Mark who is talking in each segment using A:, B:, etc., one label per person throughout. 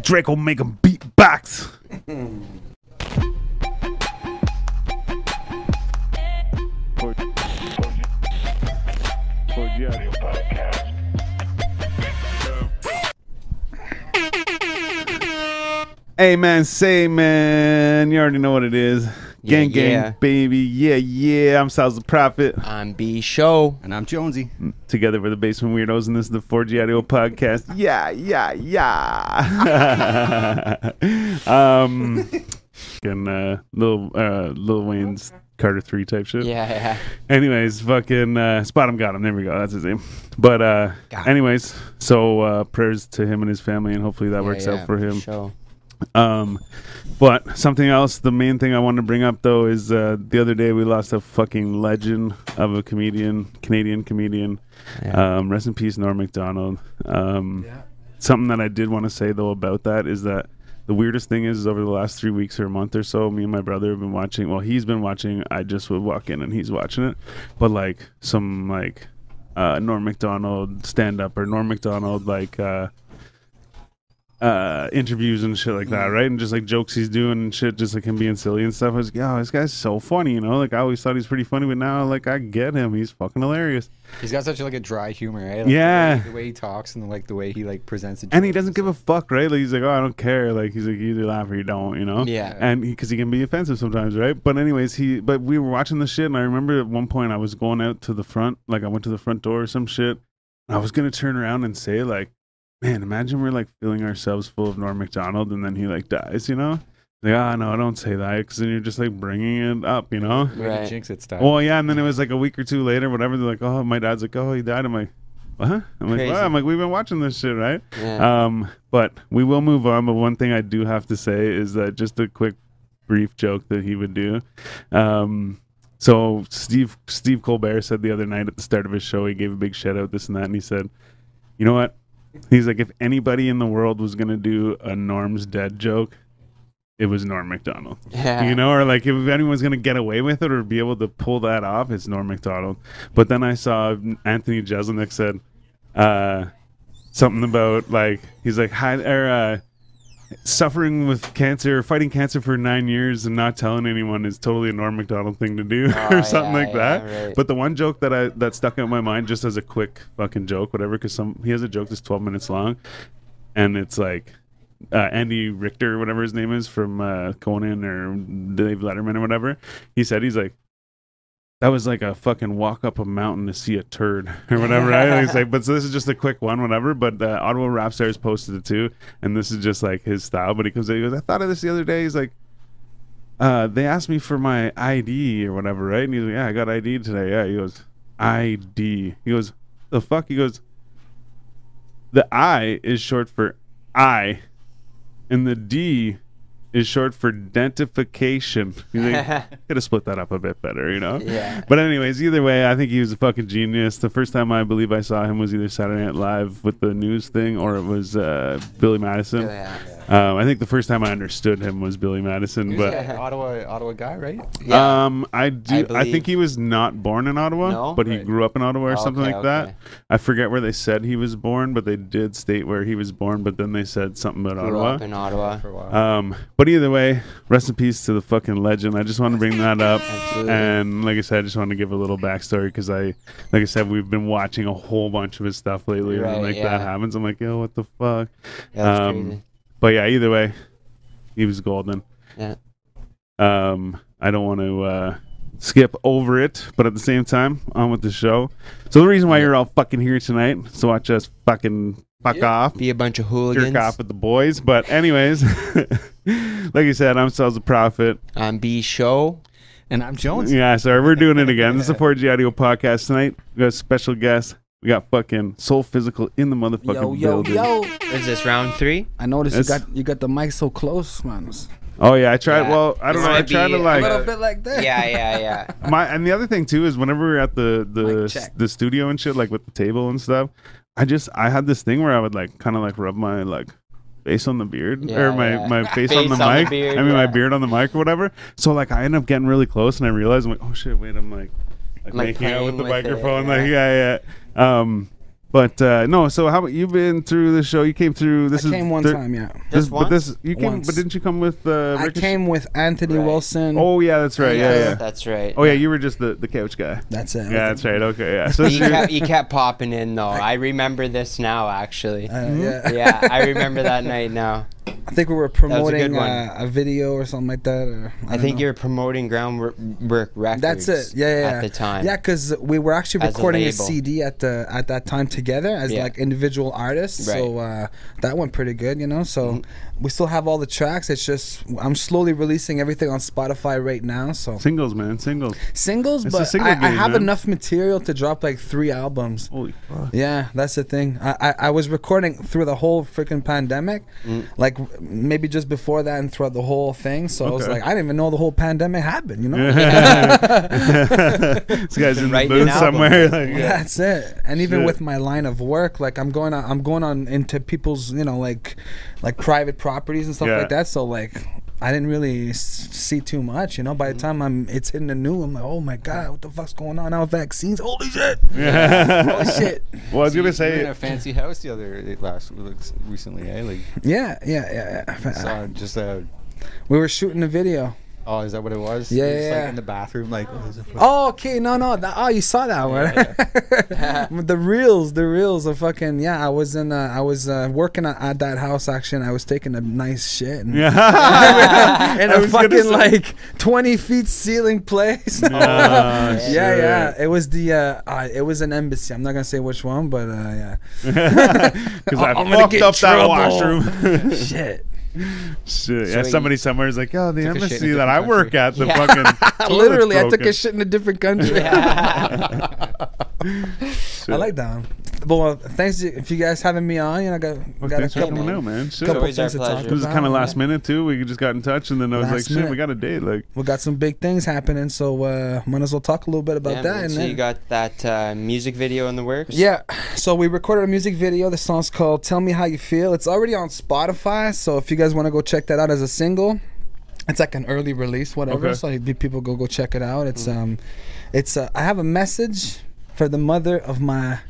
A: Draco make him beatbox. Hey man, say man, you already know what it is.
B: Yeah,
A: Gang gang
B: yeah.
A: baby, yeah yeah. I'm Sal's the Prophet.
B: I'm B Show.
C: And I'm Jonesy.
A: Together we're the Basement Weirdos, and this is the 4G Audio Podcast. Yeah yeah yeah. um, and uh, little uh, Lil Wayne's Carter Three type shit.
B: Yeah, yeah.
A: Anyways, fucking uh, spot him, got him. There we go. That's his name. But uh,
B: Got him.
A: anyways, so uh, prayers to him and his family, and hopefully that works
B: Yeah, yeah,
A: out for him.
B: Show.
A: Um, but something else, the main thing I wanted to bring up though is uh, the other day we lost a fucking legend of a comedian, Canadian comedian.
B: Yeah.
A: Um, rest in peace, Norm Macdonald. Um, Something that I did want to say though about that is that the weirdest thing is, is over the last three weeks or a month or so, me and my brother have been watching. Well, he's been watching. I just would walk in and he's watching it, but like some like uh, Norm Macdonald stand up or Norm Macdonald like. Uh, uh interviews and shit like that, right? And just like jokes he's doing and shit, just like him being silly and stuff. I was like, yo, this guy's so funny, you know? Like I always thought he's pretty funny, but now like I get him. He's fucking hilarious.
C: He's got such like a dry humor, right? Like,
A: Yeah.
C: The way, the way he talks and like the way he like presents it.
A: And he doesn't give a fuck, right? Like he's like, oh, I don't care. Like he's like, you either laugh or you don't, you know?
B: Yeah.
A: And because he, can be offensive sometimes, right? But anyways, he but we were watching the shit, and I remember at one point I was going out to the front, like I went to the front door or some shit, and I was gonna turn around and say like, man, imagine we're like filling ourselves full of Norm Macdonald, and then he like dies, you know? Like, ah, no, don't say that, because then you're just like bringing it up, you know?
C: way
B: Right.
C: he jinx it stuff.
A: Well, yeah, and then it was like a week or two later, whatever. They're like, "Oh, my dad's like, oh, he died." I'm like, "What?" I'm like,
B: Crazy.
A: "What?" I'm like, "We've been watching this shit, right?"
B: Yeah.
A: Um, but we will move on. But one thing I do have to say is that just a quick, brief joke that he would do. Um, so Steve Steve Colbert said the other night at the start of his show, he gave a big shout out, this and that, and he said, "You know what?" He's like, "If anybody in the world was gonna do a Norm's dead joke, it was Norm Macdonald."
B: Yeah.
A: you know, or like if anyone's gonna get away with it or be able to pull that off, it's Norm Macdonald. But then I saw Anthony Jeselnik said uh, something about like he's like hi or uh, suffering with cancer, fighting cancer for nine years and not telling anyone is totally a Norm Macdonald thing to do
B: Oh,
A: or something
B: yeah,
A: like
B: yeah,
A: that.
B: right.
A: But the one joke that I that stuck out in my mind just as a quick fucking joke, whatever, because some he has a joke that's twelve minutes long, and it's like uh, Andy Richter, whatever his name is, from uh, Conan or Dave Letterman or whatever. He said he's like, that was like a fucking walk up a mountain to see a turd or whatever. right? And he's like, but so this is just a quick one, whatever. But uh, Ottawa Rapstars posted it too, and this is just like his style. But he comes, in, he goes, I thought of this the other day. He's like. Uh, they asked me for my ID or whatever, right? And he's like, "Yeah, I got ID today." Yeah, he goes, "ID." He goes, "The fuck?" He goes, "The I is short for I." and the D is short for dentification. You think, could have split that up a bit better, you know?
B: Yeah.
A: But anyways, either way, I think he was a fucking genius. The first time I believe I saw him was either Saturday Night Live with the news thing, or it was uh, Billy Madison.
B: Oh, Yeah.
A: Um, I think the first time I understood him was Billy Madison,
C: He's
A: but.
C: an Ottawa, Ottawa guy, right?
B: Yeah.
A: Um, I do. I,
B: believe-
A: think he was not born in Ottawa,
B: No?
A: but he
C: Right.
A: grew up in Ottawa or
B: Oh,
A: something
B: okay,
A: like that.
B: okay.
A: I forget where they said he was born, but they did state where he was born. But then they said something about
B: Grew
A: Ottawa.
B: up in Ottawa.
C: For a while.
A: Um, but either way, rest in peace to the fucking legend. I just want to bring that up,
B: Absolutely.
A: and like I said, I just want to give a little backstory because I, like I said, we've been watching a whole bunch of his stuff lately, and
B: Right,
A: like
B: yeah.
A: that happens, I'm like, yo, what the fuck?
B: Yeah, that's
A: um,
B: crazy.
A: But yeah, either way, he was golden.
B: Yeah.
A: Um, I don't want to uh, skip over it, but at the same time, on with the show. So the reason why you're all fucking here tonight is to watch us fucking fuck off
B: Be a bunch of
A: jerk
B: hooligans.
A: off with the boys. But anyways, like you said, I'm Sales the Prophet.
B: I'm B Show.
C: and I'm Jones.
A: Yeah, sorry, we're doing it again. This is the 4G Audio Podcast tonight. We got a special guest. We got fucking Soul Physical in the motherfucking
D: Yo, yo,
A: building.
D: yo!
B: What is this round three?
D: I noticed you
A: That's-
D: got you got the mic so close, man. It's
A: Oh yeah, I tried.
B: Yeah.
A: Well, I don't
B: This
A: know. I
B: might
A: tried to
B: be-
D: a
A: like
D: little bit like that.
B: Yeah, yeah, yeah.
A: my. And the other thing too is whenever we were at the the
D: Mic
A: s-
D: check.
A: the studio and shit, like with the table and stuff, I just I had this thing where I would like kind of like rub my like. Face on the beard,
B: Yeah,
A: or my,
B: yeah.
A: my face,
B: Face
A: on the
B: on the
A: mic.
B: beard,
A: I mean, my
B: yeah.
A: beard on the mic or whatever. So like, I end up getting really close, and I realize I'm like, oh shit, wait, I'm like, like,
B: Like
A: making out with
B: playing
A: the
B: with it,
A: microphone,
B: yeah.
A: like yeah, yeah. Um, But uh, no, so how about you've been through the show? You came through. This
D: I
A: is
D: came one
A: thir-
D: time, yeah.
A: This,
B: Just
A: but
B: once?
A: this you came,
D: Once.
A: but didn't you come with uh,
D: I
A: Ricochet?
D: came with Anthony
B: Right.
D: Wilson.
A: Oh yeah, that's right. Yeah,
B: Yes,
A: yeah.
B: That's right.
A: Oh yeah, you were just the, the couch guy.
D: That's it.
A: Yeah, that's right. Okay, Oh, yeah. So
B: You
A: she-
B: kept, you kept popping in though. I remember this now, actually.
D: Uh, yeah.
B: Mm-hmm. yeah, I remember that night now.
D: I think we were
B: was a good
D: promoting
B: one.
D: uh, a video or something like that. Or, I,
B: I,
D: don't
B: think
D: know.
B: you're promoting Groundwork Records.
D: That's it. Yeah, yeah.
B: At the time.
D: Yeah, because we were actually
B: As a
D: recording a,
B: label.
D: CD at the at that time together as
B: Yeah.
D: like individual artists. So uh, that went pretty good, you know. So
B: Mm-hmm.
D: we still have all the tracks. It's just I'm slowly releasing everything on Spotify right now. So
A: singles, man, singles.
D: singles,
A: It's a
D: but
A: single
D: I, I
A: game,
D: have
A: man.
D: enough material to drop like three albums.
A: Holy fuck.
D: Yeah, that's the thing. I, I, I was recording through the whole freaking pandemic, like maybe just before that and throughout the whole thing. So I was
A: Okay.
D: like, I didn't even know the whole pandemic happened. You know,
A: this guy's in the
B: Writing an
A: booth
B: album.
A: somewhere. Like, yeah.
D: that's it. And even
A: Shit.
D: with my line of work, like I'm going on, I'm going on into people's, you know, like like private properties and stuff
A: Yeah.
D: like that. So like. I didn't really s- see too much, you know.
A: Mm.
D: By the time I'm, it's hitting the new. I'm like, oh my god, what the fuck's going on now? Vaccines, holy shit,
A: Oh,
D: holy Oh, shit.
A: Well, I was
C: You
A: gonna
C: were
A: say
C: in a fancy house the other eh, last recently, eh? Like
D: Yeah, yeah, yeah. yeah.
C: saw just a.
D: We were shooting a video.
C: Oh, is that what it was?
D: Yeah,
C: Just
D: yeah,
C: like
D: yeah.
C: in the bathroom, like. Oh, there's a fuck-
D: Oh, okay. No, no. That, oh, you saw that one. the reels, the reels are fucking. Yeah, I was in. Uh, I was uh, working at, at that house actually, and I was taking a nice shit. And,
A: yeah.
D: in
A: I
D: a
A: was gonna
D: fucking
A: say-
D: like twenty feet ceiling place.
A: Ah,
D: yeah,
A: shit.
D: yeah. It was the. Uh, uh, it was an embassy. I'm not gonna say which one, but uh, yeah.
A: Because I
D: I'm gonna
A: fucked
D: get
A: up that
D: trouble.
A: washroom.
D: Shit.
A: Shit. Yeah,
B: So
A: somebody somewhere is like, oh, the
C: Took a shit in a
A: embassy
C: different
A: that I
C: country."
A: work at, the
B: Yeah.
A: fucking. toilet's
D: Literally, I took
A: broken.
D: a shit in a different country. I like that one. But well, thanks to- if you guys having me on. You know, I got,
A: Well,
D: got a
A: thanks for
D: couple.
A: coming out, man. Shit.
D: couple
B: always our
D: things to talk
B: pleasure.
A: It was
D: about,
A: kind of
D: yeah.
A: last minute too. We just got in touch, and then I was
D: Last
A: like, "Shit,
D: minute.
A: we got a date." Like,
D: we got some big things happening, so uh, might as well talk a little bit about
B: Yeah,
D: that.
B: man,
D: and
B: so
D: then-
B: you got that uh, music video in the works?
D: yeah, so we recorded a music video. The song's called "Tell Me How You Feel." It's already on Spotify, so if you guys want to go check that out as a single, it's like an early release, whatever.
A: Okay.
D: So if people go go check it out. It's um, it's uh, I have a message for the mother of my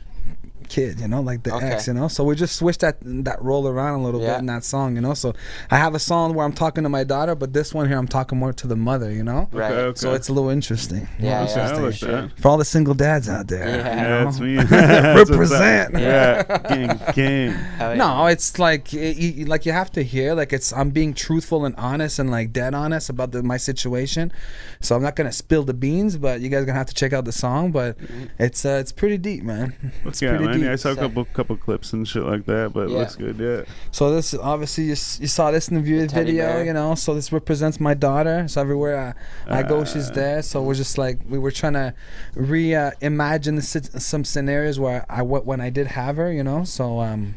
D: kid, you know, like the
B: Okay.
D: ex, you know. So we just switched that that role around a little
B: Yeah.
D: bit in that song, you know. So I have a song where I'm talking to my daughter, but this one here I'm talking more to the mother, you know.
B: Right.
A: okay, okay.
D: So it's a little interesting.
B: Yeah,
A: Okay,
B: yeah,
A: I
B: for
A: like
B: sure.
A: that.
D: For all the single dads out there.
B: Yeah.
D: you
A: Yeah,
D: know?
A: that's me. That's what's up.
D: Represent.
A: Yeah, gang, gang.
B: Hell yeah.
D: No, it's like it, you, like you have to hear like it's I'm being truthful and honest and like dead honest about the, my situation. So I'm not gonna spill the beans, but you guys gonna have to check out the song. But it's uh, it's pretty deep, man. It's
A: Yeah,
D: pretty
A: Mm-hmm. man.
D: deep.
A: Yeah, I saw a
B: So-
A: couple couple clips and shit like that, but it
B: Yeah.
A: looks good. Yeah.
D: So this obviously you, s- you saw this in the view
B: teddy
D: video,
B: bear.
D: you know. So this represents my daughter. So everywhere I, I
B: Uh.
D: go, she's there. So we're just like we were trying to re-imagine the sit some scenarios where I wa- when I did have her, you know. So um,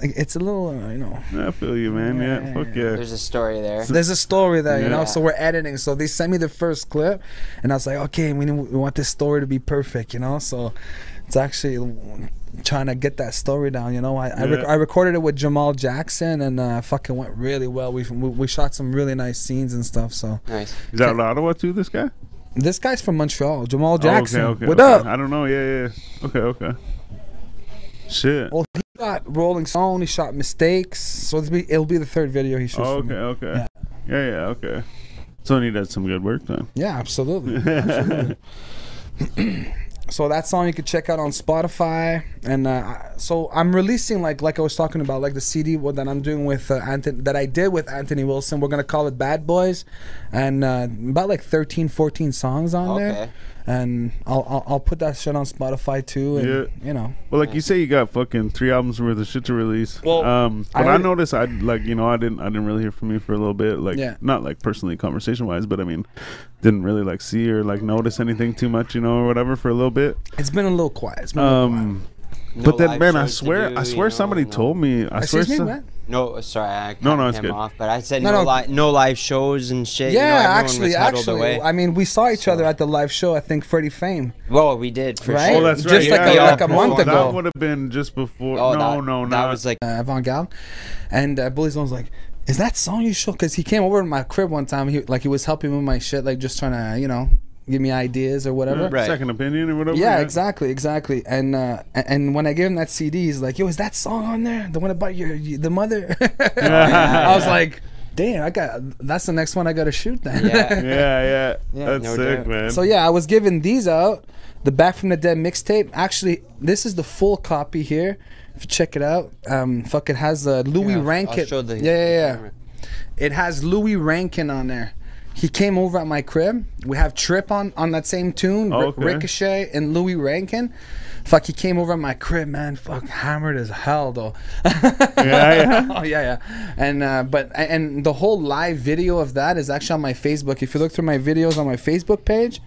D: it- it's a little uh, you know.
A: I feel you, man. Yeah,
D: Yeah.
A: fuck yeah.
B: There's a story there.
D: There's a story there, you
A: Yeah.
D: know. So we're editing. So they sent me the first clip, and I was like, okay, we, we want this story to be perfect, you know. So it's actually trying to get that story down, you know. I I, rec-
A: Yeah.
D: I recorded it with Jamal Jackson, and uh, fucking went really well. We, we we shot some really nice scenes and stuff. So
B: Nice.
A: Is that out of Ottawa too? This guy?
D: this guy's from Montreal, Jamal
A: Oh,
D: Jackson.
A: okay, okay,
D: what
A: okay.
D: up?
A: I don't know. Yeah, yeah. yeah. Okay, okay. Shit.
D: Well, he shot Rolling Stone. He shot Mistakes. So it'll be, it'll be the third video he shoots.
A: Oh,
D: for
A: okay,
D: me.
A: okay. Yeah. yeah, okay. So he does some good work then.
D: Yeah, absolutely. absolutely. so that song you could check out on Spotify, and uh, I- so I'm releasing like like I was talking about like the CD what- that I'm doing with uh, Anthony that I did with Anthony Wilson. We're gonna call it Bad Boys, and uh, about like 13, 14 songs on
B: Okay.
D: there, and I'll, I'll I'll put that shit on Spotify too, and
A: Yeah.
D: you know.
A: Well, like you say, you got fucking three albums worth of shit to release.
D: Well,
A: um,
D: I
A: but I,
D: already-
A: noticed I like you know I didn't I didn't really hear from you for a little bit. Like
D: Yeah.
A: not like personally conversation wise, but I mean, didn't really like see or like notice anything too much, you know, or whatever for a little bit.
D: It's been a little quiet. It's been a little quiet.
A: Um,
B: No
A: but then
B: live
A: man, I
B: shows to
A: swear
B: do,
A: I
B: you
A: swear
B: know,
A: somebody
B: no-
A: told me I swear
D: Excuse me,
A: some-
D: what?
B: No, uh, sorry, I cut
A: No, no, it's
B: him
A: good.
B: off, but I said
D: No,
B: no,
D: no.
B: li- no live shows and shit. you know,
D: yeah,
B: everyone was
D: actually,
B: huddled
D: actually,
B: away.
D: I mean, we saw each other at the live show. I think Freddie Fame.
B: Well, we did for
D: Right?
B: sure.
A: Oh, that's right.
D: Just
A: yeah,
D: like a-
A: yeah.
D: like a month
A: that
D: ago.
A: would have been just before.
B: Oh,
A: no,
B: that,
A: no, no.
B: That was like
D: uh, Von Gal, and uh, Billy Zone's like, "Is that song you show?" Because he came over to my crib one time. He like he was helping me with my shit, like just trying to you know give me ideas or whatever.
C: Right.
A: Second opinion or whatever.
D: Yeah, exactly, exactly. And uh, a- and when I gave him that CD, he's like, "Yo, is that song on there? The one about your, your the mother?" I was like, "Damn, I got that's the next one I got to shoot then."
B: Yeah.
A: Yeah, yeah.
C: Yeah,
A: That's
B: no
A: sick,
B: doubt.
A: man.
D: so yeah, I was giving these out. The Back from the Dead mixtape. Actually, this is the full copy here. If you check it out, um, fuck, it has uh, Louis
B: Yeah, I'll
D: Rankin.
B: show the-
D: yeah, yeah, yeah.
B: camera.
D: It has Louis Rankin on there. He came over at my crib. We have Trip on on that same tune, Ri-
A: Okay.
D: Ricochet and Louis Rankin. Fuck, he came over at my crib, man. Fuck, hammered as hell though.
A: yeah.
D: oh yeah, yeah. And uh, but and the whole live video of that is actually on my Facebook. If you look through my videos on my Facebook page,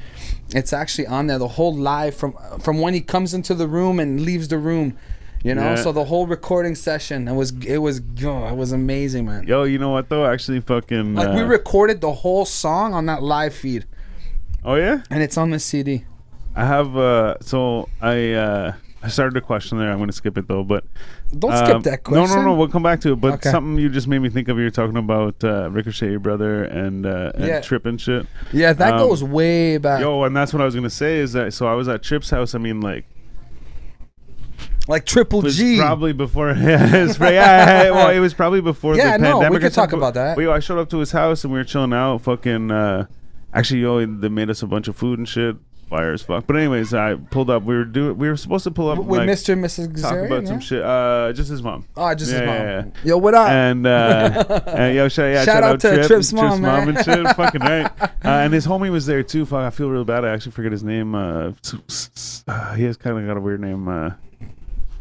D: it's actually on there. The whole live from from when he comes into the room and leaves the room. You know,
A: Yeah.
D: so the whole recording session it was it was oh, it was amazing, man.
A: Yo, you know what though? Actually, fucking.
D: Like we
A: uh,
D: recorded the whole song on that live feed,
A: oh yeah.
D: and it's on the CD.
A: I have. uh So I. uh I started a question there. I'm going to skip it though, but
D: Don't
A: um,
D: skip that question.
A: No, no, no. We'll come back to it. But
D: Okay.
A: something you just made me think of. You were talking about uh, Ricochet, your brother, and uh, and
D: Yeah.
A: Trip and shit.
D: Yeah, that
A: Um,
D: goes way back.
A: Yo, and that's what I was gonna say is that. So I was at Trip's house. I mean, like
D: like Triple
A: was
D: G.
A: probably before. Yeah, it's right- yeah, yeah, well, it was probably before.
D: Yeah,
A: the
D: no, we
A: pandemic
D: could
A: or something,
D: talk about that.
A: But yo, I showed up to his house and we were chilling out. Fucking, uh, actually, yo, they made us a bunch of food and shit. Fire as fuck. But anyways, I pulled up. We were doing. We were supposed to pull up and,
D: with
A: like,
D: Mr. and Mrs.
A: talk
D: Gazarian,
A: about
D: yeah?
A: some shit. Uh, just his mom.
D: Oh, just
A: Yeah,
D: his mom.
A: yeah, yeah.
D: Yo, what up?
A: And uh, and yo, shout, yeah,
D: Shout out to
A: Trip,
D: Trip's mom, man.
A: and shit. Fucking right. Uh, and his homie was there too. Fuck, I feel real bad. I actually forget his name. Uh, s- s- s- uh, he has kind of got a weird name. Uh,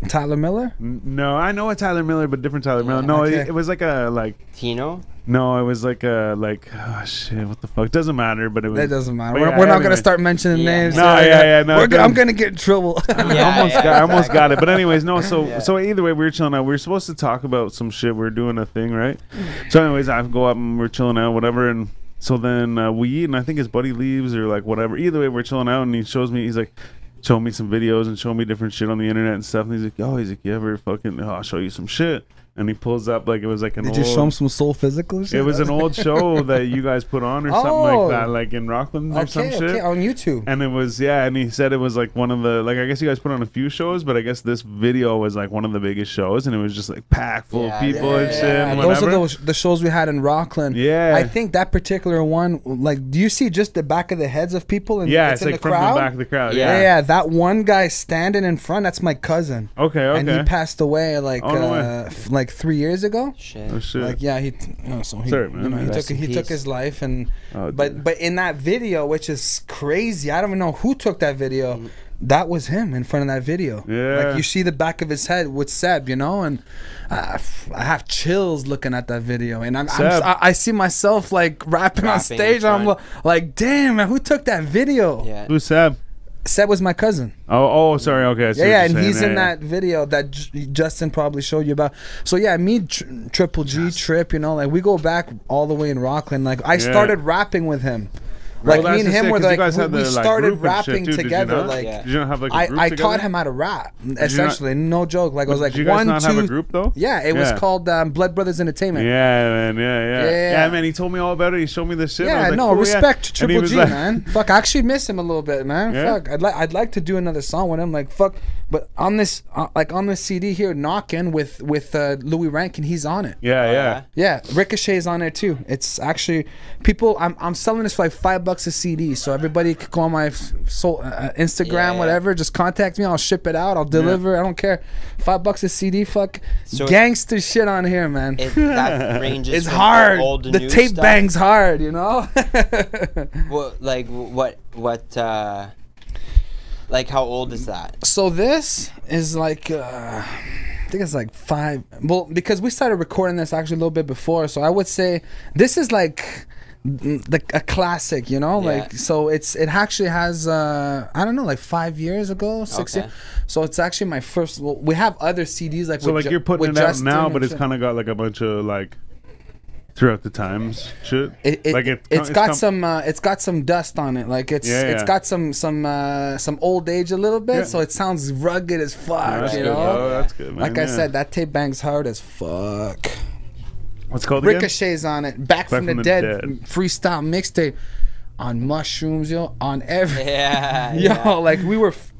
D: Tyler Miller.
A: N- No, I know a Tyler Miller, but different Tyler Miller. No,
D: okay.
A: it, it was like a like.
B: Tino?
A: No, it was like a like. Oh shit! What the fuck? Doesn't matter. But it was.
D: That doesn't matter.
A: but
D: We're,
A: yeah,
D: we're not
A: anyway.
D: gonna start mentioning
B: Yeah.
D: names.
A: No, yeah, yeah, no,
D: we're go- I'm
A: don't-
D: gonna get in trouble.
A: I
B: Yeah,
A: almost
B: yeah,
A: got. I almost
B: exactly.
A: got it. But anyways, no. So so either way, we were chilling out. We were supposed to talk about some shit. We were doing a thing, right? So anyways, I go up and we're chilling out, whatever. And so then uh, we eat, and I think his buddy leaves or like whatever. Either way, we're chilling out, and he shows me. He's like. Show me some videos and show me different shit on the internet and stuff. And he's like, "Yo, he's like, you ever fucking? Oh, I'll show you some shit." And he pulls up like it was like an
D: Did you
A: old.
D: show him some soul physical? Oh, Shit?
A: It was an old show that you guys put on or something
D: Oh.
A: like that, like in Rockland or
D: okay,
A: some shit.
D: okay, on YouTube.
A: And it was yeah, and he said it was like one of the like I guess you guys put on a few shows, but I guess this video was like one of the biggest shows, and it was just like packed full
B: Yeah,
A: of people and shit.
D: Yeah,
A: and
D: those are
A: whatever.
D: those the shows we had in Rockland.
A: Yeah.
D: I think that particular one, like, do you see just the back of the heads of people? And
A: yeah, it's,
D: in
A: like
D: the
A: from
D: crowd?
A: the back of the crowd.
B: Yeah.
D: yeah.
A: Yeah.
D: yeah, that one guy standing in front. That's my cousin,
A: Okay. Okay.
D: and he passed away like
A: Oh, no way.
D: uh, f- like three years ago.
B: Shit.
A: oh shit.
D: Like yeah, he t- no, so he,
A: Sorry,
D: you
A: man.
D: know, he
B: Rest
D: took he
B: in
D: took
B: peace.
D: his life and
A: Oh,
D: but
A: dude.
D: but in that video, which is crazy, I don't even know who took that video. That was him in front of that video.
A: Mm. Yeah.
D: like you see the back of his head with Seb, you know, and I, I have chills looking at that video, and I'm, I'm
A: Seb.
D: I, I see myself like rapping, on
B: Rapping
D: stage,
B: in
D: and I'm
B: front.
D: lo- like, damn, man, who took that video?
B: Yeah.
A: Who's Seb?
D: Seb was my cousin.
A: Oh, oh, sorry. Okay. I see
D: Yeah,
A: what
D: yeah,
A: you're
D: and
A: saying,
D: he's in
A: yeah.
D: that video that J- Justin probably showed you about. So yeah, me, tr- Triple G, Trip, you know, like we go back all the way in Rockland. Like I
A: Yeah.
D: started rapping with him.
A: Well,
D: Like me
A: that's
D: and
A: just
D: him
A: it,
D: were
A: 'cause you
D: like
A: guys
D: we,
A: had
D: we
A: the, like,
D: started
A: group and shit,
D: rapping
A: too, did you
D: together.
A: not?
D: Like
B: Yeah.
A: Did you not have like a
D: I,
A: group
D: I
A: together?
D: taught him how to rap.
A: not-
D: Essentially, no joke. Like I was like
A: Did you guys
D: one,
A: not
D: two.
A: have a group though?
D: Yeah, it was
A: Yeah.
D: called um, Blood Brothers Entertainment.
A: Yeah, man. Yeah, yeah,
D: Yeah.
A: yeah. man. He told me all about it. He showed me the shit. and I
D: Yeah,
A: was like,
D: no
A: oh,
D: respect to
A: And he
D: Triple
A: was
D: G,
A: like-
D: man. Fuck, I actually miss him a little bit, man.
A: Yeah?
D: Fuck, I'd like I'd like to do another song with him. Like fuck, but on this uh, like on this CD here, knocking with with uh, Louis Rankin, he's on it.
A: Yeah, yeah.
D: Yeah, Ricochet is on there too. It's actually people. I'm, I'm selling this for like five bucks a CD, so everybody could go on my f- so, uh, Instagram,
B: Yeah, yeah.
D: whatever. Just contact me. I'll ship it out. I'll deliver. I don't care. Five bucks a CD. Fuck,
B: So-
D: gangster shit on here, man.
B: It, that ranges
D: it's
B: from
D: hard.
B: Old to
D: The
B: new
D: tape
B: stuff.
D: bangs hard, you know.
B: Well, like w- what? What? uh Like how old is that?
D: so this is like uh, I think it's like five. Well, because we started recording this actually a little bit before, so I would say this is like mm, like a classic, you know.
B: Yeah.
D: Like so, it's it actually has uh, I don't know, like five years ago, six
B: Okay.
D: years. So it's actually my first. Well, we have other CDs like
A: So
D: with
A: like
D: Ju-
A: you're putting
D: with
A: it out
D: Justin
A: now,
D: and
A: but it's
D: shit.
A: kind of got like a bunch of like throughout the times shit.
D: It, it,
A: like
D: it,
A: co-
D: has got
A: com-
D: some uh, it's got some dust on it like it's
A: Yeah,
D: it's
A: yeah.
D: got some some uh, some old age a little bit
A: Yeah.
D: so it sounds rugged as
A: Yeah,
D: fuck
A: that's
D: you
A: good,
D: know
A: though. That's good, man.
D: Like I
A: Yeah.
D: said, that tape bangs hard as
A: Oh,
D: fuck.
A: what's it called again?
D: Ricochet's on it. Back, from, the, dead, freestyle mixtape. on mushrooms, yo, on every,
B: Yeah.
D: yo, like we were f-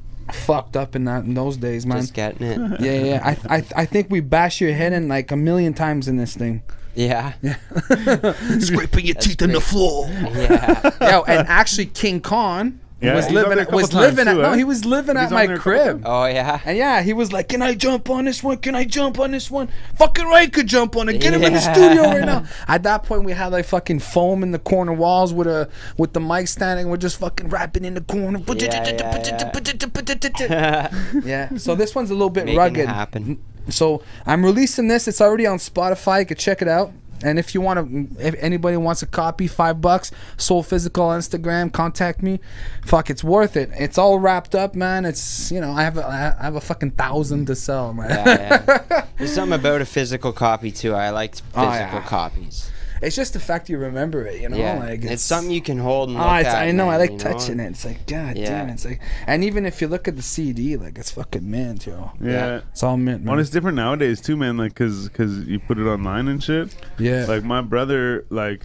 D: fucked up in that in those days, man.
B: Just getting it.
D: yeah, yeah. I, th- I, th- I think we bash your head in like a million times in this thing.
B: Yeah.
D: Scraping your teeth in the floor.
B: Yeah.
D: Yo, and actually, King Khan
A: Yeah,
D: was
A: he's on
D: living
A: there a
D: at, was
A: couple times
D: living at
A: too,
D: no,
A: eh?
D: he was living
A: He's
D: at
A: on
D: my
A: there a couple
D: crib.
B: Oh yeah.
D: And yeah, he was like, "Can I jump on this one? Can I jump on this one? Fucking Ray could jump on it. Get him in the
B: Yeah.
D: studio right now." At that point, we had like fucking foam in the corner walls with a with the mic standing. We're just fucking rapping in the corner.
B: yeah,
D: Yeah. So this one's a little bit
B: Making
D: rugged.
B: it happen.
D: So I'm releasing this. It's already on Spotify. You can check it out. And if you want to, if anybody wants a copy, five bucks. Soul Physical on Instagram. Contact me. Fuck, it's worth it. It's all wrapped up, man. It's you know I have a, I have a fucking thousand to sell, man.
B: yeah, yeah. There's something about a physical copy too. I liked physical
D: Oh, yeah.
B: copies.
D: It's just the fact you remember it, you know.
B: Yeah,
D: Like
B: it's, something you can hold and look
D: Ah, it's,
B: at.
D: I know. I
B: man,
D: like
B: you
D: touching it. It's like God
B: Yeah.
D: damn. It's like, and even if you look at the CD, like it's fucking mint, yo.
A: yeah.
D: It's all mint.
A: Well,
D: Man.
A: it's different nowadays too, man. Like, cause, cause you put it online and shit.
D: yeah.
A: Like my brother, like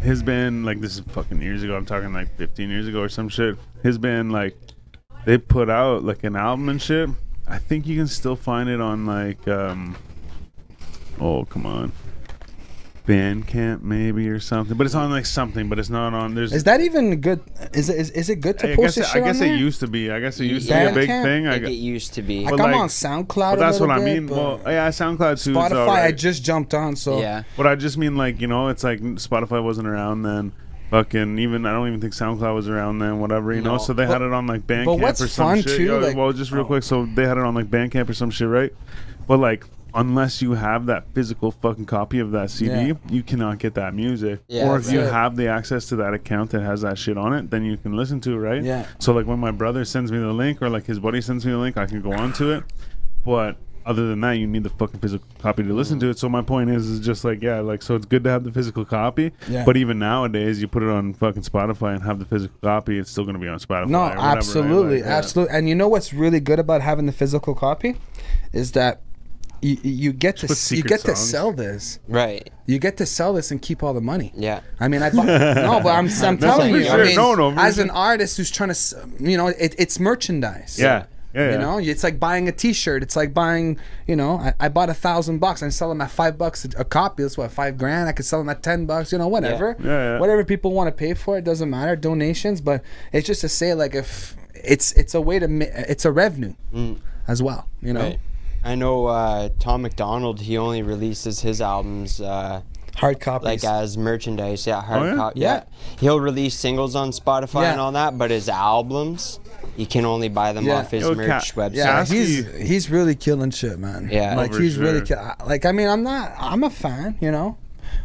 A: his band, like this is fucking years ago. I'm talking like 15 years ago or some shit. His band, like they put out like an album and shit. I think you can still find it on like, um, oh come on, Bandcamp maybe or something. But it's on like something. But it's not on. There's
D: is that even good? Is it is, is it good to
A: I guess,
D: post this
A: I
D: shit
A: guess
D: on
A: it
D: there?
A: used to be. I guess it used to be a
D: Bandcamp?
A: big thing. I,
B: Like it used to be.
D: like
A: but,
D: I'm
A: like-
D: on SoundCloud.
A: but that's
D: a
A: what
D: little
A: I
D: bit,
A: mean. Well,
D: but
A: yeah, SoundCloud too. is
D: Spotify. I
A: alright.
D: just jumped on, so
B: yeah.
A: But I just mean like you know, it's like Spotify wasn't around then. Fucking even I don't even think SoundCloud was around then. Whatever you know,
B: No.
A: so they had it on like Bandcamp
D: what's
A: or some
D: fun
A: shit.
D: too,
A: Yo,
D: like-
A: well, just real quick, so they had it on like Bandcamp or some shit, right? But like, unless you have that physical fucking copy of that CD,
D: Yeah.
A: you cannot get that music.
B: Yeah,
A: or if
B: that's
A: you
D: it.
A: have the access to that account that has that shit on it, then you can listen to it, right?
D: Yeah.
A: So like when my brother sends me the link, or like his buddy sends me the link, I can go on to it. But other than that, you need the fucking physical copy to listen to it. So my point is, is just like yeah, like so it's good to have the physical copy.
D: Yeah.
A: But even nowadays, you put it on fucking Spotify and have the physical copy, it's still gonna be on Spotify.
D: No,
A: or whatever, right?
D: absolutely,
A: Like,
D: absolutely. And you know what's really good about having the physical copy is that you, you get to
A: put
D: s- you
A: secret
D: get to
A: songs.
D: sell this.
B: Right.
D: You get to sell this and keep all the money.
B: Yeah.
D: I mean, I bought, no, but I'm, I'm
A: That's
D: telling
A: for
D: you, I
A: sure.
D: mean,
A: No, no, for
D: as
A: sure.
D: an artist who's trying to, s- you know, it, it's merchandise.
A: Yeah. Yeah. yeah,
D: You know, it's like buying a T-shirt. It's like buying, you know, I, I bought a thousand bucks and sell them at five bucks a, a copy. That's what five grand. I could sell them at ten bucks. You know, whatever,
A: Yeah. Yeah, yeah.
D: whatever people want to pay for it doesn't matter. Donations, but it's just to say like if it's it's a way to ma- it's a revenue
A: Mm.
D: as well. You know,
B: Right. I know uh, Tom McDonald. He only releases his albums uh,
D: hard copies.
B: like
A: uh,
B: as merchandise. Yeah, hard
A: Oh, yeah?
B: copy.
D: Yeah.
B: Yeah. he'll release singles on Spotify
D: Yeah.
B: and all that, but his albums, you can only buy them
D: Yeah.
B: off his
A: Yo,
B: merch
A: Cat-
B: website.
D: yeah,
A: Sasky-
D: he's he's really killing shit, man.
B: Yeah.
D: like
A: Oh, for
D: he's really
A: sure.
D: kill- I- like I mean, I'm not I'm a fan, you know,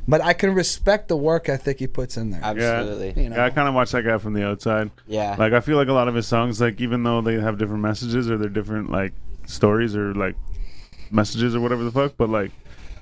D: but I can respect the work ethic he puts in there.
B: Absolutely.
D: you know,
A: Yeah, I kind of watch that guy from the outside.
B: Yeah.
A: Like I feel like a lot of his songs, like even though they have different messages or they're different like stories or like messages or whatever the fuck, but like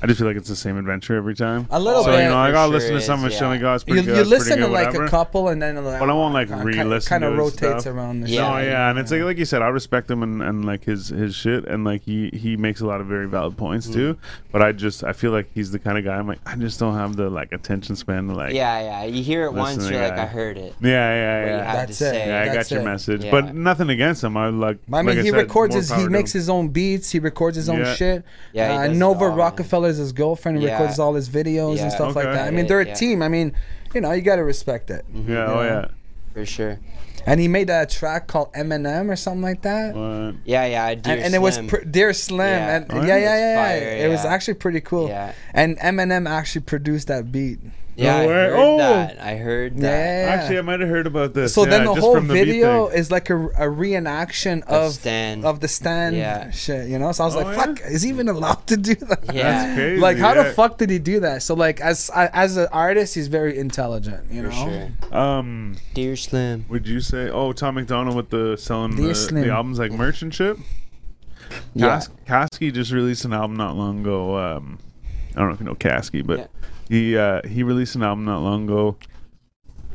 A: I just feel like it's the same adventure every time.
D: A little
A: so
D: bit.
A: you know, I
B: For
A: gotta
B: sure
A: listen to
B: is,
A: some of his shit.
B: yeah.
A: Like, oh, it's
D: you,
A: pretty good.
D: you
A: it's pretty
D: listen to
A: good,
D: like
A: whatever.
D: a couple and then like,
A: But I won't, like, re-listen
D: kind
A: to
D: of
A: his
D: rotates
A: stuff.
D: around the
B: Yeah.
A: No,
D: show.
A: yeah, and it's like like you said, I respect him and, and like his his shit, and like he he makes a lot of very valid
B: Mm.
A: points too. But I just I feel like he's the kind of guy I'm like I just don't have the like attention span to like
B: Yeah, yeah. You hear it once,
A: to
B: you're
A: the
B: like,
A: guy.
B: I heard it.
A: yeah yeah
B: But you
A: yeah.
B: have
D: That's
B: to
D: it.
B: say.
A: Yeah, I
D: That's
A: got your
D: it.
A: message,
B: Yeah.
A: but nothing against him. I like.
D: I mean,
A: like
D: he
A: said,
D: records
A: more
D: his,
A: power
D: he
A: to
D: makes
A: him.
D: his own beats, he records his own
A: Yeah.
D: shit.
B: Yeah, he
D: uh,
B: does it
D: Nova
B: all, man.
D: Rockefeller's his girlfriend,
B: Yeah.
D: records all his videos
B: Yeah.
D: and stuff like
A: Okay.
D: that. I mean, they're a
B: Yeah. Mm-hmm.
D: team. I mean, you know, you gotta respect it.
A: Yeah, oh yeah.
B: For sure.
D: And he made a track called Eminem or something like that.
A: But
B: Yeah, yeah. Mm. Dear
D: and, and it was
B: Slim.
D: pr- Dear Slim,
B: Yeah.
D: and
A: Oh,
D: yeah, yeah,
A: yeah.
D: yeah, yeah.
B: It's fire,
D: It was
B: yeah.
D: actually pretty cool.
B: Yeah.
D: And Eminem actually produced that beat.
A: No
B: yeah, I
A: way.
B: heard
A: Oh!
B: that. I heard that.
D: Yeah.
A: actually, I might have heard about this.
D: So
A: yeah,
D: then the
A: just
D: whole
A: from the beat
D: video
A: thing.
D: is like a, a reenaction of
B: Stan.
D: of the stand
B: Yeah.
D: shit, you know. So I was
A: Oh,
D: like,
A: yeah?
D: "Fuck, is he even allowed to do that?"
B: Yeah.
A: That's crazy.
D: Like, how
A: yeah.
D: the fuck did he do that? So like, as as an artist, he's very intelligent, you know.
B: For sure.
A: Um,
B: Dear Slim.
A: would you say? Oh, Tom McDonald with the selling
D: Dear
A: the,
D: Slim.
A: the albums like merch and shit.
B: Yeah.
A: Cas- Kasky just released an album not long ago. Um, I don't know if you know Kasky, but
B: Yeah.
A: he uh, he released an album not long ago.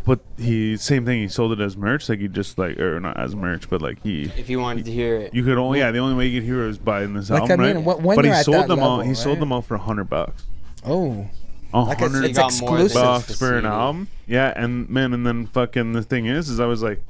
A: But he same thing. He sold it as merch. Like he just like or not as merch, but like he
B: If you wanted to hear it.
A: You could only yeah. The only way you could hear it was buying this
D: Like,
A: album,
D: I mean,
A: right?
D: wh- when
A: but he
D: you're at
A: sold
D: that
A: them
D: level,
A: out. He sold
D: right?
A: them out for hundred bucks.
D: Oh,
A: A
D: Like I said,
A: hundred
D: it's
B: got more than
D: exclusive.
B: just
A: bucks
B: the
A: for an
B: CD.
A: album. Yeah, and man, and then fucking the thing is, is I was like,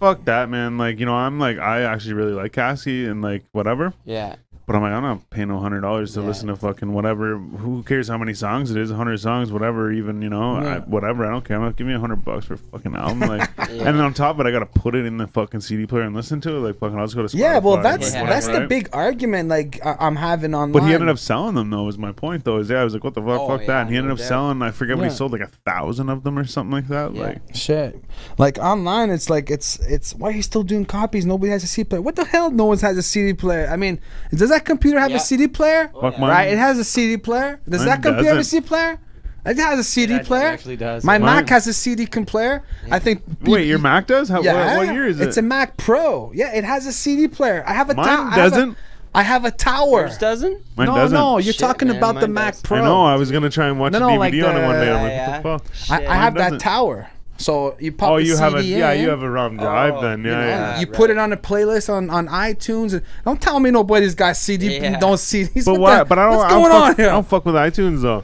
A: fuck that, man. Like, you know, I'm like, I actually really like Cassie and like whatever,
B: Yeah.
A: but I'm like, I'm not paying no hundred dollars to
B: Yeah.
A: listen to fucking whatever. Who cares how many songs it is? Hundred songs, whatever. Even you know, I,
D: Yeah.
A: whatever. I don't care. I'm like, give me a hundred bucks for a fucking album. Like,
B: Yeah.
A: and then on top of it, I gotta put it in the fucking CD player and listen to it. Like, fucking, I'll just go to Spotify.
D: Yeah, well,
A: like,
D: that's
B: Yeah.
A: whatever,
D: that's the
A: right?
D: big argument like I- I'm having online.
A: But he ended up selling them though. Is my point though? Is yeah, I was like, what the fuck,
B: Oh,
A: fuck that.
B: yeah,
A: And he ended
B: no
A: up
B: doubt.
A: selling. I forget what he
D: Yeah.
A: sold like a thousand of them or something like that.
B: Yeah.
A: Like,
D: shit. Like online, it's like it's it's why are you still doing copies? Nobody has a CD player. What the hell? No one has a CD player. I mean, does that computer have
B: Yeah.
D: a CD player?
A: fuck
B: yeah.
A: mine.
D: Right, it has a CD player. Does
A: Mine
D: that computer have a
A: doesn't.
D: CD player? It has a CD
E: It
D: player.
E: actually does.
D: My
E: yeah.
A: Mine-
D: Mac has a CD can player. I think.
A: Wait, your Mac does? How,
D: Yeah,
A: what, what year is it?
D: It's a Mac Pro. Yeah, it has a CD player. I have a
A: Mine
D: tower. I have a-
A: doesn't.
D: I have a tower.
B: Yours doesn't?
A: Mine
D: no,
A: doesn't.
D: no, you're
B: Shit,
D: talking
B: man,
D: about the
B: mine
D: Mac
B: does.
D: Pro.
A: I know. I was gonna try and watch
D: No,
A: a
D: no,
A: DVD on
D: like
A: it one day.
D: the-
A: I'm like,
B: Yeah,
A: what the fuck?
D: I, I
B: Mine
D: have that
A: doesn't.
D: tower. So you pop
A: Oh,
D: the
A: you
D: CD
A: have a
D: in.
A: yeah, you have a ROM drive
B: Oh,
A: then.
B: you know,
A: Yeah, yeah.
B: yeah.
D: you put
B: right.
D: it on a playlist on, on iTunes. And don't tell me nobody's got CD.
B: Yeah.
D: Don't CDs.
A: But
D: What
A: why?
D: the-
A: But I don't.
D: What's
A: I don't
D: going
A: fuck,
D: on here?
A: I don't fuck with iTunes though.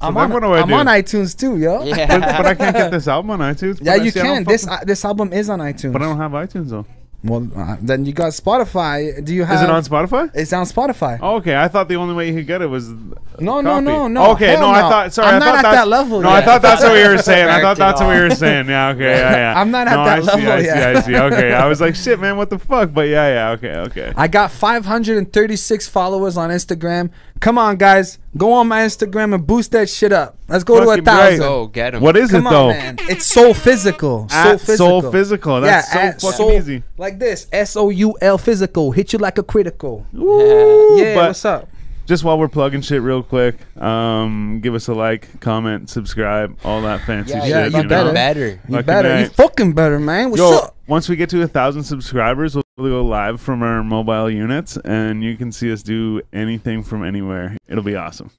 A: So
D: I'm,
A: then
D: on,
A: What do I
D: I'm
A: do?
D: on iTunes too, yo.
B: Yeah.
A: But, but I can't get this album on iTunes.
D: Yeah,
A: But I
D: you
A: see, I don't
D: can.
A: fuck
D: This
A: with-
D: uh, this album is on iTunes.
A: But I don't have iTunes though.
D: Well, uh, then you got Spotify. Do you have?
A: Is it on Spotify?
D: It's on Spotify.
A: Oh, okay, I thought the only way you could get it was
D: no,
A: copy.
D: no, no, no.
A: Okay,
D: Hell
A: no, I thought. Sorry,
D: I'm
A: I
D: not
A: thought
D: at
A: that's,
D: that level.
A: No, I
D: yet.
A: thoued that's what we were saying. I
B: Backed
A: thought
B: it
A: that's what we
B: off.
A: were saying. Yeah, okay, yeah, yeah.
D: I'm not at
A: No,
D: that
A: I see,
D: level
A: I see,
D: yet.
A: I see. Okay, I was like, shit, man, what the fuck? But yeah, yeah, okay, okay.
D: I got 536 followers on Instagram. Come on, guys, go on my Instagram and boost that shit up. Let's go
A: Fucking
D: to a
A: right.
D: thousand.
E: Go Oh, get him.
A: What is it
D: Come on,
A: though?
D: man. It's so physical. So
A: At
D: physical.
A: Soul Physical. Oh, That's so
D: at
A: fucking
D: Soul-
A: easy.
D: Like this, S O U L physical. Hit you like a critical.
A: Ooh,
D: yeah,
A: but
D: what's up?
A: just while we're plugging shit real quick, um, give us a like, comment, subscribe, all that fancy
B: Yeah,
A: shit.
D: yeah,
A: you
D: you
A: know?
D: better.
B: Better.
D: You
A: Fucking
D: better. You
A: right.
D: fucking better, man. What's
A: Yo,
D: up?
A: once we get to a thousand subscribers, we'll go live from our mobile units, and you can see us do anything from anywhere. It'll be awesome.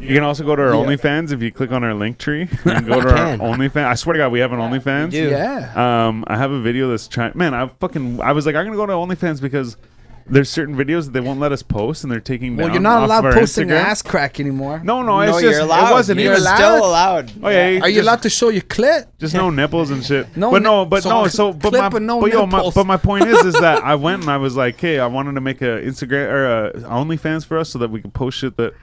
A: You can also go to our OnlyFans if you click on our link tree and go to our
B: Can.
A: OnlyFans. I swear to God, we have an OnlyFans.
B: do.
D: Yeah.
A: Um, I have a video that's trying. Man, I fucking. I was like, I'm gonna go to OnlyFans because there's certain videos that they won't let us post, and they're taking.
D: Well,
A: down
D: you're not
A: off
D: allowed
A: of our
D: posting your
A: Instagram.
D: ass crack anymore.
A: No, no, it's
B: no,
A: just
B: you're allowed.
A: it wasn't
B: you're
A: even.
D: allowed?
B: still allowed.
A: Oh yeah,
D: Are you
A: just-
D: allowed to show your clit?
A: just no nipples and shit.
D: No
A: No, but
D: ni-
A: no, but
D: so-
A: no. So, but
D: clip
A: my,
D: with no
A: but, yo, my,
D: nipples.
A: but my point is, is that I went and I was like, hey, I wanted to make a Instagram or a OnlyFans for us so that we could post shit that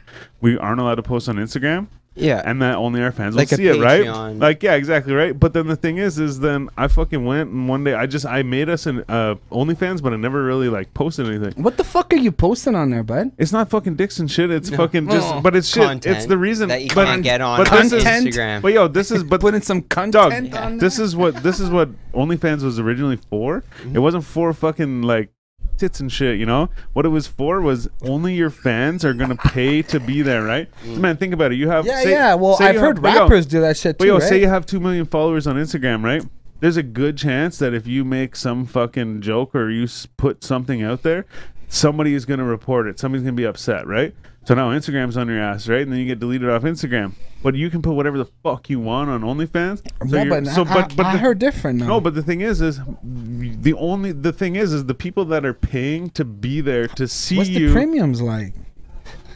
A: we aren't allowed to post on Instagram,
B: Yeah.
A: and that only our fans
B: Like
A: will
B: a
A: see it, right?
B: Patreon.
A: Like, yeah, exactly, right. But then the thing is, is then I fucking went and one day I just I made us an uh, OnlyFans, but I never really like posted anything.
D: What the fuck are you posting on there, bud?
A: It's not fucking dicks and shit. It's fucking just,
D: No.
A: but it's shit.
B: Content
A: it's the reason
B: that you
A: but,
B: can't get on,
A: But
B: on
A: this is,
D: Content.
B: Instagram.
A: but yo, this is, but
D: Putting some content
A: Doug,
D: on there?
A: this is what this is what OnlyFans was originally for.
D: Mm-hmm.
A: It wasn't for fucking like tits and shit, you know. What it was for was only your fans are gonna pay to be there, right? Man, think about it. You have
D: Mm. yeah,
A: say-
D: yeah. Well,
A: say
D: I've
A: you
D: heard
A: have- but yo-
D: rappers do that shit
A: But
D: too,
A: yo,
D: right?
A: say you have two million followers on Instagram, right? There's a good chance that if you make some fucking joke or you s- put something out there, somebody is gonna report it. Somebody's gonna be upset, right? So now Instagram's on your ass, right? And then you get deleted off Instagram. But you can put whatever the fuck you want on OnlyFans. So
D: yeah,
A: you're-
D: but,
A: so-
D: I, I,
A: the-
D: heard different. Now.
A: no, but the thing is, is the only the thing is, is the people that are paying to be there to see
D: what's
A: you.
D: the premiums like?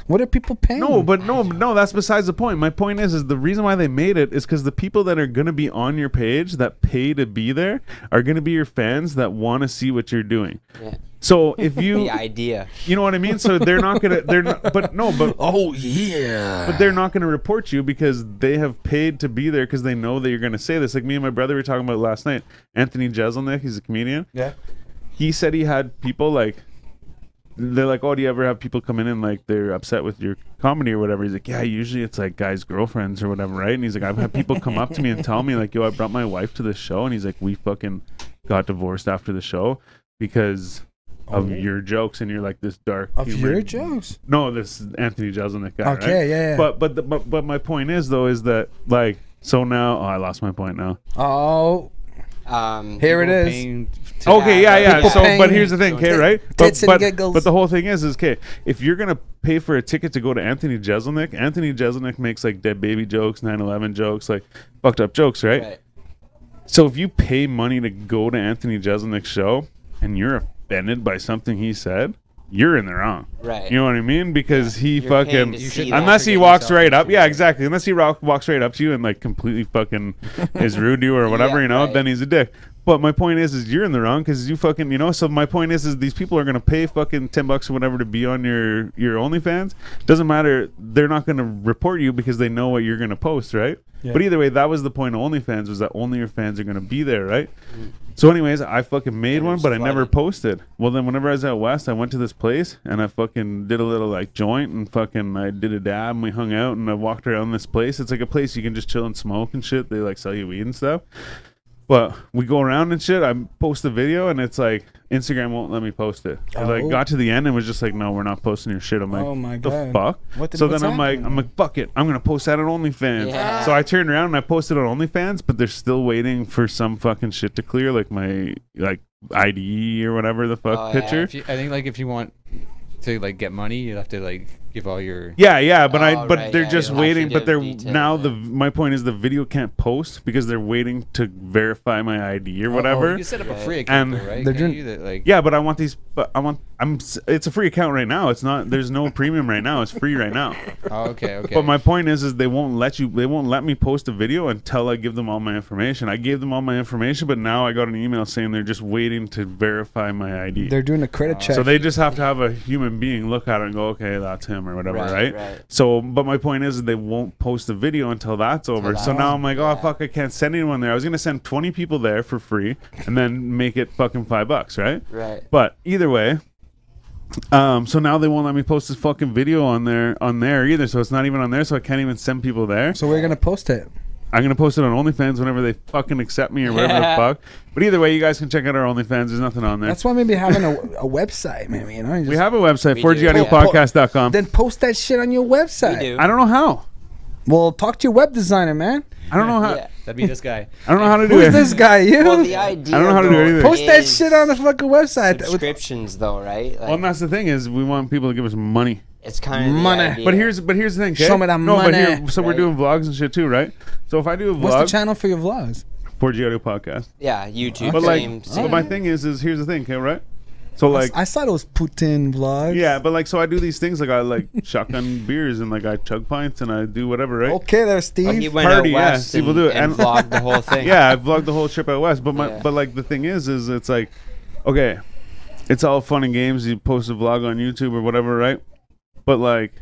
D: What are people paying?
A: no, but no, no. That's besides the point. My point is, is the reason why they made it is because the people that are gonna be on your page that pay to be there are gonna be your fans that want to see what you're doing.
B: Yeah.
A: So if you,
B: The idea.
A: you know what I mean. So they're not gonna, they're not, but no, but
D: oh yeah.
A: but they're not going to report you because they have paid to be there because they know that you're going to say this. Like me and my brother were talking about last night. Anthony Jeselnik, he's a comedian.
D: Yeah.
A: He said he had people like they're like, "Oh, do you ever have people come in and like they're upset with your comedy or whatever?" He's like, "Yeah, usually it's like guys' girlfriends or whatever, right?" And he's like, "I've had people come up to me and tell me like, "Yo, I brought my wife to the show." And he's like, "We fucking got divorced after the show because of your jokes." And you're like this dark
D: Oh. Of your
A: humored-
D: jokes.
A: no, this is Anthony Jeselnik guy.
D: Okay,
A: right?
D: yeah, yeah.
A: But but, the, but but my point is though is that like so now oh I lost my point now.
D: Oh,
B: Um,
D: here it
E: People
D: is.
E: paying-
A: Okay, yeah, yeah.
D: people
A: So but
D: paying-
A: here's the thing, okay,
D: Tit-
A: right? But,
D: tits and
A: but,
D: giggles.
A: but the whole thing is is okay. If you're gonna pay for a ticket to go to Anthony Jeselnik, Anthony Jeselnik makes like dead baby jokes, 9/11 jokes, like fucked up jokes, right?
B: Right.
A: So if you pay money to go to Anthony Jeselnik's show and you're offended by something he said. you're in the wrong.
B: Right.
A: You know what I mean? Because he
B: You're paying
A: fucking
B: to see that.
A: unless he
B: Forget
A: walks
B: yourself.
A: right up. Yeah, exactly. Unless he ro- walks right up to you and like completely fucking is rude to you or whatever,
B: Yeah,
A: you know,
B: right.
A: then he's a dick. But my point is, is you're in the wrong because you fucking, you know. So my point is, is these people are gonna pay fucking ten bucks or whatever to be on your your OnlyFans. Doesn't matter. They're not gonna report you because they know what you're gonna post, right?
D: Yeah.
A: But either way, that was the point of OnlyFans was that only your fans are gonna be there, right? So, anyways, I fucking made
B: Mm. And it
A: one,
B: was
A: but I never
B: flooded.
A: posted. Well, then whenever I was out west, I went to this place and I fucking did a little like joint and fucking I did a dab and we hung out and I walked around this place. It's like a place you can just chill and smoke and shit. They like sell you weed and stuff. But we go around and shit. I post the video and it's like Instagram won't let me post it. I like
D: Oh.
A: got to the end and was just like, no, we're not posting your shit. I'm like,
D: Oh my
A: the
D: God.
A: fuck.
D: What the-
A: so
D: what's
A: then I'm like,
D: happening?
A: I'm like, fuck it. I'm gonna post that on OnlyFans.
B: Yeah.
A: So I turned around and I posted on OnlyFans, but they're still waiting for some fucking shit to clear, like my like ID or whatever the fuck
B: Oh, yeah.
A: picture.
B: If
A: Yeah.
C: you, I think like if you want to like get money, you have to like give all your.
A: Yeah, but I
B: Oh,
A: but
B: right,
A: they're
B: yeah,
A: just
B: you'll have to
A: waiting.
B: give
A: But they're
B: detail,
A: now
B: yeah.
A: the my point is the video can't post because they're waiting to verify my ID or
B: Oh,
C: You
A: whatever.
C: can set up a
B: Right.
C: free account,
A: And-
C: though, right?
D: They're
C: Can't
D: doing-
C: you that, like
A: Um, Yeah, but I want these. But I want. I'm. s- It's a free account right now. It's not. There's no premium right now. It's free right now.
C: Oh, okay, okay.
A: But my point is, is they won't let you. They won't let me post a video until I give them all my information. I gave them all my information, but now I got an email saying they're just waiting to verify my ID.
D: They're doing a credit check.
A: Uh, so they just have to have a human being look at it and go, okay, that's him or whatever,
B: Right,
A: right?
B: right.
A: So, but my point is, they won't post the video until that's over. so
B: that's-
A: now I'm like, oh
B: yeah.
A: fuck, I can't send anyone there. I was gonna send 20 people there for free and then make it fucking five bucks, right?
B: Right.
A: But either way, um, so now they won't let me post this fucking video on there on there either. So it's not even on there. So I can't even send people there.
D: so we're gonna post it.
A: I'm gonna post it on OnlyFans whenever they fucking accept me or whatever
B: Yeah.
A: the fuck. But either way, you guys can check out our OnlyFans. There's nothing on there.
D: That's why maybe having a, a website, maybe you know. You
A: we
D: just-
A: have a website,
B: We do, yeah.
A: 4GAudioPodcast.com.
D: then post that shit on your website.
B: We do.
A: I don't know how.
D: Well, talk to your web designer, man.
A: I don't know how.
B: Yeah.
C: that'd be this guy.
A: I don't know how to do
D: Who's
A: it.
D: this guy? You
B: Well, the idea.
A: I don't know how to do
B: though,
A: anything.
D: post that
B: is
D: shit on the fucking website. With-
B: subscriptions, though, right? Like,
A: Well, and that's the thing is, we want people to give us money.
B: it's kind of
D: Money.
B: The idea.
A: But here's but here's the thing. 'kay?
D: Show me that
A: no, But
D: money.
A: here, so we're
B: Right.
A: doing vlogs and shit too, right? So if I do a
D: What's the
A: vlog,
D: channel for your vlogs?
A: 4G Audio Podcast.
B: yeah, YouTube.
A: But
B: same,
A: like,
B: same.
A: but my thing is, is here's the thing, okay, right? So like,
D: I saw those Putin vlogs.
A: yeah, but like, so I do these things, like I like shotgun beers and like I chug pints and I do whatever, right?
D: Okay, there,
B: he
D: Steve.
B: went
A: party,
B: out
A: yeah,
B: west
A: people
B: and,
A: do it.
B: and
A: And-
B: vlogged the whole thing.
A: Yeah, I vlogged the whole trip out west, but my
B: Yeah.
A: but like the thing is, is it's like, okay, it's all fun and games. You post a vlog on YouTube or whatever, right? But like,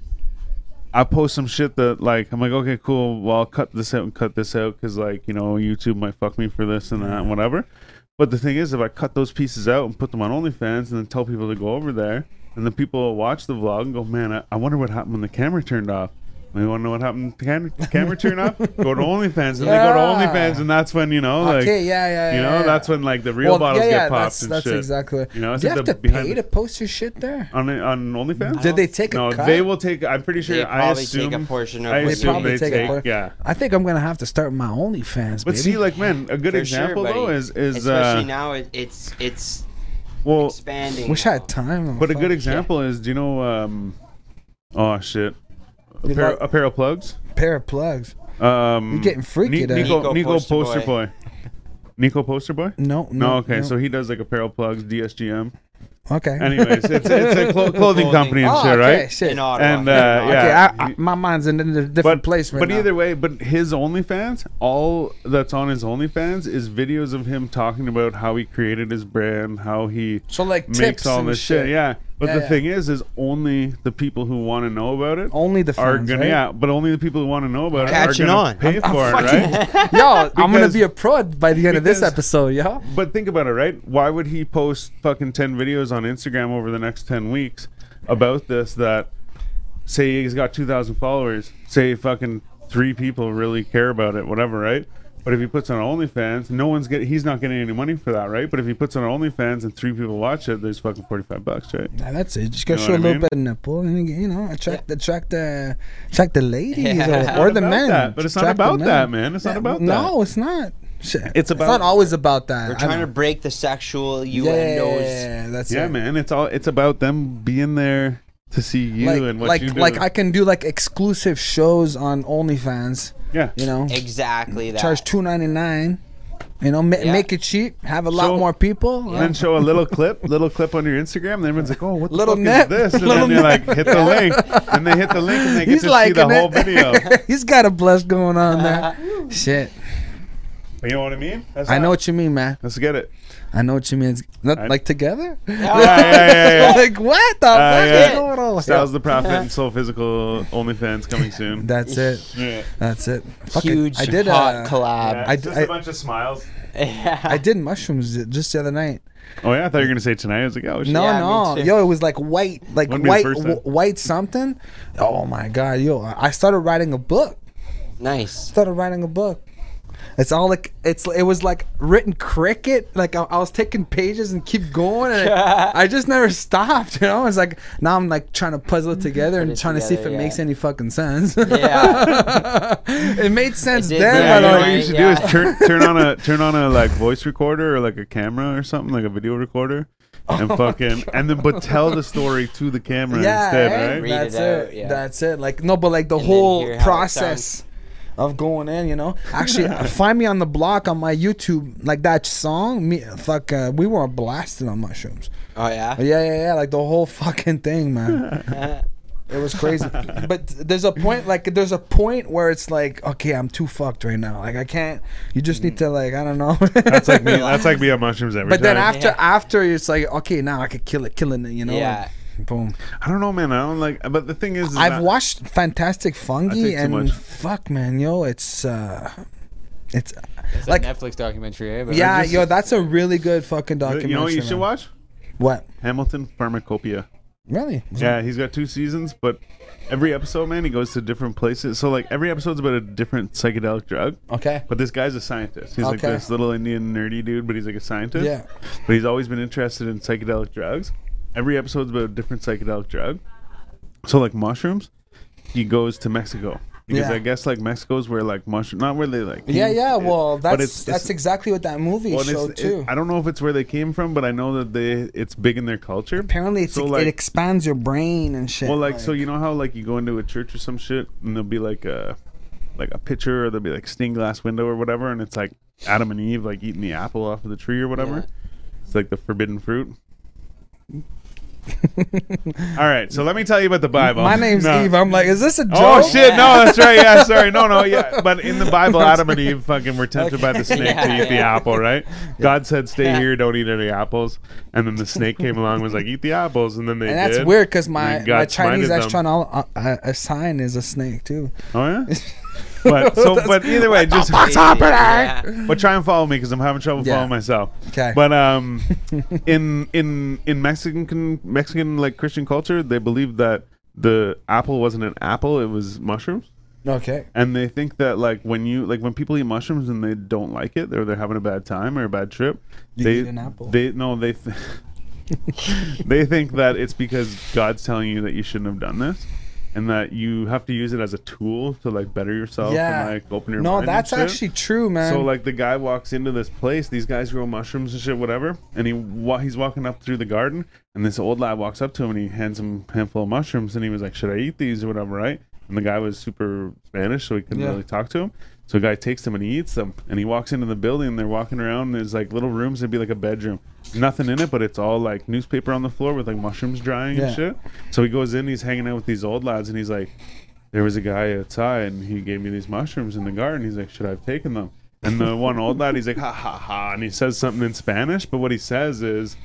A: I post some shit that like I'm like, okay, cool. Well, I'll cut this out and cut this out because like you know YouTube might fuck me for this and that and whatever. But the thing is, if I cut those pieces out and put them on OnlyFans and then tell people to go over there, and then people will watch the vlog and go, man, I, I wonder what happened when the camera turned off. And you want to know what happened? The camera, the camera turned off? Go to OnlyFans. And they go to
D: Yeah.
A: OnlyFans, and that's when, you know, like,
D: okay, yeah, yeah, yeah.
A: you know,
D: yeah.
A: that's when, like, the real
D: Well,
A: bottles
D: yeah,
A: get
D: yeah,
A: popped
D: that's,
A: and
D: that's
A: shit.
D: exactly.
A: You know, it's
D: Do you
A: like
D: have
A: the
D: to pay
A: behind-
D: to post your shit there?
A: On, on OnlyFans?
D: Did they take a
A: no,
D: cut?
A: they will take, I'm pretty sure,
B: They
A: I
B: probably
A: assume,
B: take a portion of
A: I
B: what you
A: assume
D: probably
A: they
D: take a
A: take,
D: por-
A: yeah.
D: I think I'm gonna have to start my OnlyFans,
A: But
D: baby.
A: see, like, man, a good
B: For
A: example,
B: sure, buddy.
A: though, is, is
B: especially
A: uh,
B: now it, it's it's
A: well,
B: expanding.
D: wish I
B: now.
D: had time.
A: but a
D: Fuck.
A: good example is, do you know, um, oh, shit.
D: You
A: Apparel,
D: like-
A: apparel plugs?
D: pair of plugs.
A: Um,
D: You're getting freaky
A: Ni-
D: there.
A: Nico,
B: Nico
A: Nico
B: Poster
A: Poster
B: Boy.
A: Boy. Nico Poster Boy?
D: No, no.
A: No, okay.
D: no.
A: So he does like apparel plugs, DSGM.
D: okay.
A: Anyways, it's, it's a clo- clothing company and
D: oh,
A: shit,
D: okay,
A: right?
D: Shit.
B: In Ottawa.
A: And, uh,
B: in Ottawa.
A: yeah.
D: Okay, I, I, my mind's in a different
A: But
D: place right
A: but
D: now.
A: either way, but his OnlyFans, all that's on his OnlyFans is videos of him talking about how he created his brand, how he
D: so like
A: makes
D: tips
A: all
D: and
A: this shit. Yeah. But
D: Yeah,
A: the
D: yeah.
A: thing is, is only the people who want to know about it
D: Only the
A: are
D: fans,
A: gonna
D: right?
A: yeah. But only the people who want to know about
B: Catching
A: it are gonna
B: on.
A: pay for it, right?
D: Yo, I'm gonna
A: Because-
D: be a pro by the end of this
A: because-
D: episode, yo.
A: But think about it, right? Why would he post fucking 10 videos on Instagram over the next 10 weeks about this that say he's got 2,000 followers, say fucking three people really care about it, whatever, right? But if he puts on OnlyFans, no one's get he's not getting any money for that, right? But if he puts on OnlyFans and three people watch it, there's fucking 45 bucks, right?
D: Nah, that's it. Just gotta
A: know
D: show
A: what
D: a
A: I
D: little
A: mean?
D: bit of nipple, and you know, attract the attract the attract the ladies
B: Yeah.
D: or-
A: It's
B: It's not
D: or, the
A: about
D: men.
A: that, but it's not
D: Attract the
A: about
D: men.
A: that, man. It's not
D: Yeah,
A: about that.
D: no, it's not. Shit. It's
A: about-
D: not always about that.
B: We're
D: I
B: trying to
D: don't-
B: break the sexual innuendos.
D: yeah, that's
A: Yeah,
D: it.
A: man. It's all it's about them being there to see you
D: Like,
A: and what
D: like,
A: you do.
D: like I can do like exclusive shows on OnlyFans.
A: yeah.
D: You know,
B: Exactly that.
D: charge two ninety nine. You know, ma-
B: Yeah.
D: make it cheap, have a lot
A: So-
D: more people.
A: And then show a little clip, little clip on your Instagram, and everyone's like, "Oh, what the
D: Little
A: fuck
D: nip,
A: is this?" And
D: little
A: then they like hit the link, and they hit the link, and they get to
D: He's
A: see the
D: liking it.
A: whole video.
D: He's got a blush going on there. Shit,
A: You know what I mean? That's
D: I
A: not-
D: know what you mean, man.
A: Let's get it.
D: I know what you mean. It's Not
A: I-
D: like together.
A: Yeah, yeah, yeah, yeah.
D: like what the
A: Uh,
D: fuck
A: yeah.
D: is going on?
A: Styles the Prophet and Soul Physical OnlyFans coming soon.
D: That's it.
A: yeah.
D: That's it. Fuck it.
B: Huge
D: I did.
B: hot
D: uh,
B: collab.
D: I
A: it's
D: d-
A: just
D: I-
A: a bunch of smiles.
D: I did mushrooms j- just the other night.
A: Oh yeah, I thought you were gonna say tonight. I was like, oh shit.
D: No,
B: Yeah, me
D: no,
B: too.
D: yo, it was like white, like
A: Wouldn't be the
D: white,
A: first
D: w-
A: time.
D: white something. Oh my god, yo, I I started writing a book.
B: nice.
D: Started writing a book. It's all like it's. It was like written cricket. Like I, I was taking pages and keep going, and I, I just never stopped. You know, it's like now I'm like trying to puzzle it together and
B: it
D: trying to see if
B: together,
D: it
B: yeah.
D: makes any fucking sense.
B: Yeah.
D: it made sense
B: did
A: Yeah,
B: make
D: then.
A: you
D: but
A: know
D: like,
A: what you
B: Right,
A: should
B: yeah.
A: do is turn turn on a turn on a like voice recorder or like a camera or something like a video recorder,
D: Oh
A: and fucking and then but tell the story to the camera instead,
D: eh?
A: right?
B: Read
D: That's
B: it out,
D: it.
B: yeah.
D: That's it. Like no, but like the
B: then hear
D: whole
B: how it
D: process of going in, you know. Actually, uh, find me on the block on my YouTube. Like that song, me fuck, uh, we were blasted on mushrooms.
B: Oh yeah.
D: Yeah, yeah, yeah. Like the whole fucking thing, man. It was crazy. but there's a point, like there's a point where it's like, okay, I'm too fucked right now. Like I can't. You just need to like, I don't know.
A: That's like me. That's like me on mushrooms every
D: but
A: time.
D: then after, after it's like, okay, now I could kill it, killing it, you know.
B: Yeah.
D: Like, boom.
A: I don't know, man. I don't like. But the thing is, is
D: I've
A: not-
D: watched Fantastic
A: I
D: Fungi
A: take too
D: and
A: much.
D: fuck man, yo, it's uh it's
C: It's
D: like-
C: like Netflix documentary, eh? But I
D: yeah,
C: just-
D: yo, that's a really good fucking documentary.
A: You know what you should
D: man.
A: watch?
D: What?
A: Hamilton Pharmacopoeia.
D: Really?
A: Yeah, he's got two seasons, but every episode, man, he goes to different places. So like every episode's about a different psychedelic drug.
D: Okay.
A: But this guy's a scientist. He's like
D: Okay.
A: this little Indian nerdy dude, but he's like a scientist.
D: Yeah.
A: But he's always been interested in psychedelic drugs. Every episode's about a different psychedelic drug. So like mushrooms, he goes to Mexico. Because
D: Yeah.
A: I guess like Mexico's where like mushroom not where they like
D: Yeah, yeah.
A: it-
D: Well,
A: but
D: that's
A: it's-
D: that's
A: it's-
D: exactly what that movie
A: well,
D: showed
A: it's- it-
D: too.
A: I don't know if it's where they came from, but I know that they it's big in their culture.
D: Apparently, it's,
A: So,
D: it
A: like-
D: expands your brain and shit.
A: Well, like, so you know how like you go into a church or some shit, and there'll be like a like a picture, or there'll be like stained glass window or whatever, and it's like Adam and Eve like eating the apple off of the tree or whatever.
B: Yeah.
A: It's like the forbidden fruit. All right, so let me tell you about the Bible.
D: my name's
A: No.
D: Eve. I'm like, is this a joke?
A: Oh shit! No, that's right. Yeah, sorry. No, no. Yeah, but in the Bible, Adam and Eve fucking were tempted by the snake to
B: Yeah,
A: eat the
B: yeah.
A: apple, right? God said, "Stay
B: Yeah.
A: here, don't eat any apples." And then the snake came along, and was like, "Eat the apples," and then they
D: And that's
A: did.
D: weird because
A: And
D: my,
A: then God
D: my Chinese
A: smited them.
D: astronaut uh, uh, a sign is a snake too.
A: Oh yeah. But so, but either way, just
B: Yeah.
A: but try and follow me because I'm having trouble
D: Yeah.
A: following myself.
D: 'Kay.
A: But um, in in in Mexican Mexican like Christian culture, they believe that the apple wasn't an apple; it was mushrooms.
D: Okay.
A: And they think that like when you like when people eat mushrooms and they don't like it, or they're having a bad time or a bad trip,
D: You
A: they
D: eat an apple.
A: they no they th- they think that it's because God's telling you that you shouldn't have done this. And that you have to use it as a tool to like better yourself
D: Yeah.
A: and like open your mind.
D: No,
A: and
D: that's
A: shit.
D: actually true, man.
A: So like the guy walks into this place, these guys grow mushrooms and shit, whatever, and he wa- he's walking up through the garden, and this old lad walks up to him and he hands him a handful of mushrooms, and he was like, "Should I eat these or whatever?" Right? And the guy was super Spanish, so he couldn't
D: Yeah.
A: really talk to him. So the guy takes them and he eats them, and he walks into the building. and They're walking around, and there's like little rooms. It'd be like a bedroom, nothing in it, but it's all like newspaper on the floor with like mushrooms drying
D: Yeah.
A: and shit. So he goes in, he's hanging out with these old lads, and he's like, there was a guy outside and he gave me these mushrooms in the garden. He's like, should I have taken them? And the one old lad, he's like, ha ha ha. And he says something in Spanish, but what he says is,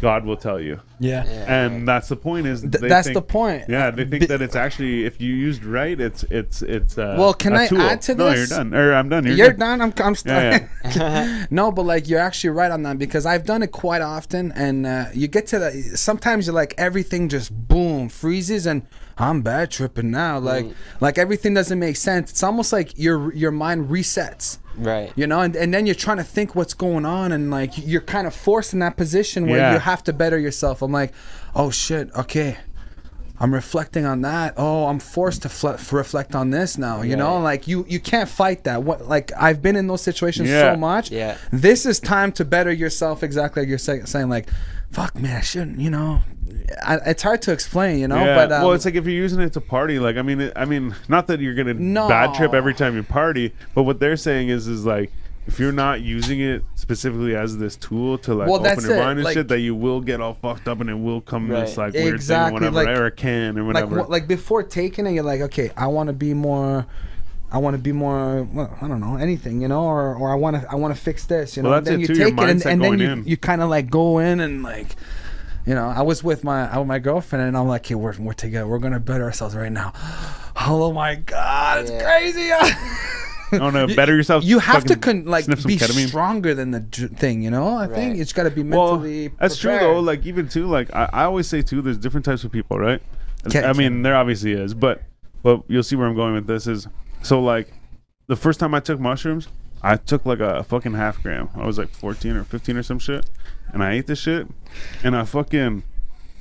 A: God will tell you.
D: yeah.
A: And that's the point is
D: Th-
A: they
D: that's
A: think-
D: the point.
A: Yeah, they think
D: Be-
A: that it's actually if you used right, it's it's it's uh
D: Well, can
A: I
D: I add to
A: No, you're
D: this?
A: done. Or I'm done. You're,
D: You're
A: good.
D: done. I'm. I'm st-
A: Yeah,
D: no, but like you're actually right on that because I've done it quite often, and uh, you get to the. Sometimes you're like everything just boom freezes, and I'm bad tripping now. Like like everything doesn't make sense. It's almost like your your mind resets.
B: Right.
D: You know, and, and then you're trying to think what's going on, and like you're kind of forced in that position where
A: Yeah.
D: you have to better yourself. I'm like, oh shit, okay. I'm reflecting on that. Oh, I'm forced to fle- f- reflect on this now. You know,
B: Right.
D: like you you can't fight that. What like I've been in those situations
A: Yeah.
D: so much.
B: Yeah.
D: This is time to better yourself. Exactly like you're say- saying. Like, fuck man, I shouldn't. You know, I, it's hard to explain. You know,
A: Yeah.
D: but um,
A: well, it's like if you're using it to party, like I mean, it, I mean, not that you're gonna
D: No.
A: bad trip every time you party, but what they're saying is, is like if you're not using it specifically as this tool to like
D: Well,
A: open
D: that's
A: your
D: it,
A: mind and
D: like-
A: shit, that you will get all fucked up and it will come this
B: Right.
A: like weird
D: Exactly,
A: thing or whatever,
D: like-
A: or a can or
D: like
A: whatever.
D: what, like before taking it, you're like, okay, I want to be more, I want to be more, well, I don't know, anything, you know, or, or I want to, I want to fix this, you know.
A: Well, that's it
D: then you
A: too, your
D: take it, and,
A: mindset
D: and then
A: going
D: you,
A: in.
D: you kind of like go in and like, you know, I was with my I, with my girlfriend, and I'm like, okay, we're we're together, we're gonna better ourselves right now. Oh my god, it's
B: Yeah.
D: crazy.
A: Oh, no, better yourself,
D: You have to
A: fucking
D: con- like
A: sniff some
D: be
A: ketamine.
D: stronger than the dr- thing, you know. I think
B: Right.
D: it's got to be
A: well,
D: mentally.
A: that's true
D: prepared.
A: though. Like even too, like I, I always say too, there's different types of people, right? And
D: Okay,
A: I
D: okay.
A: mean, there obviously is, but but you'll see where I'm going with this is. So like, the first time I took mushrooms, I took like a fucking half gram. I was like 14 or 15 or some shit, and I ate this shit, and I fucking.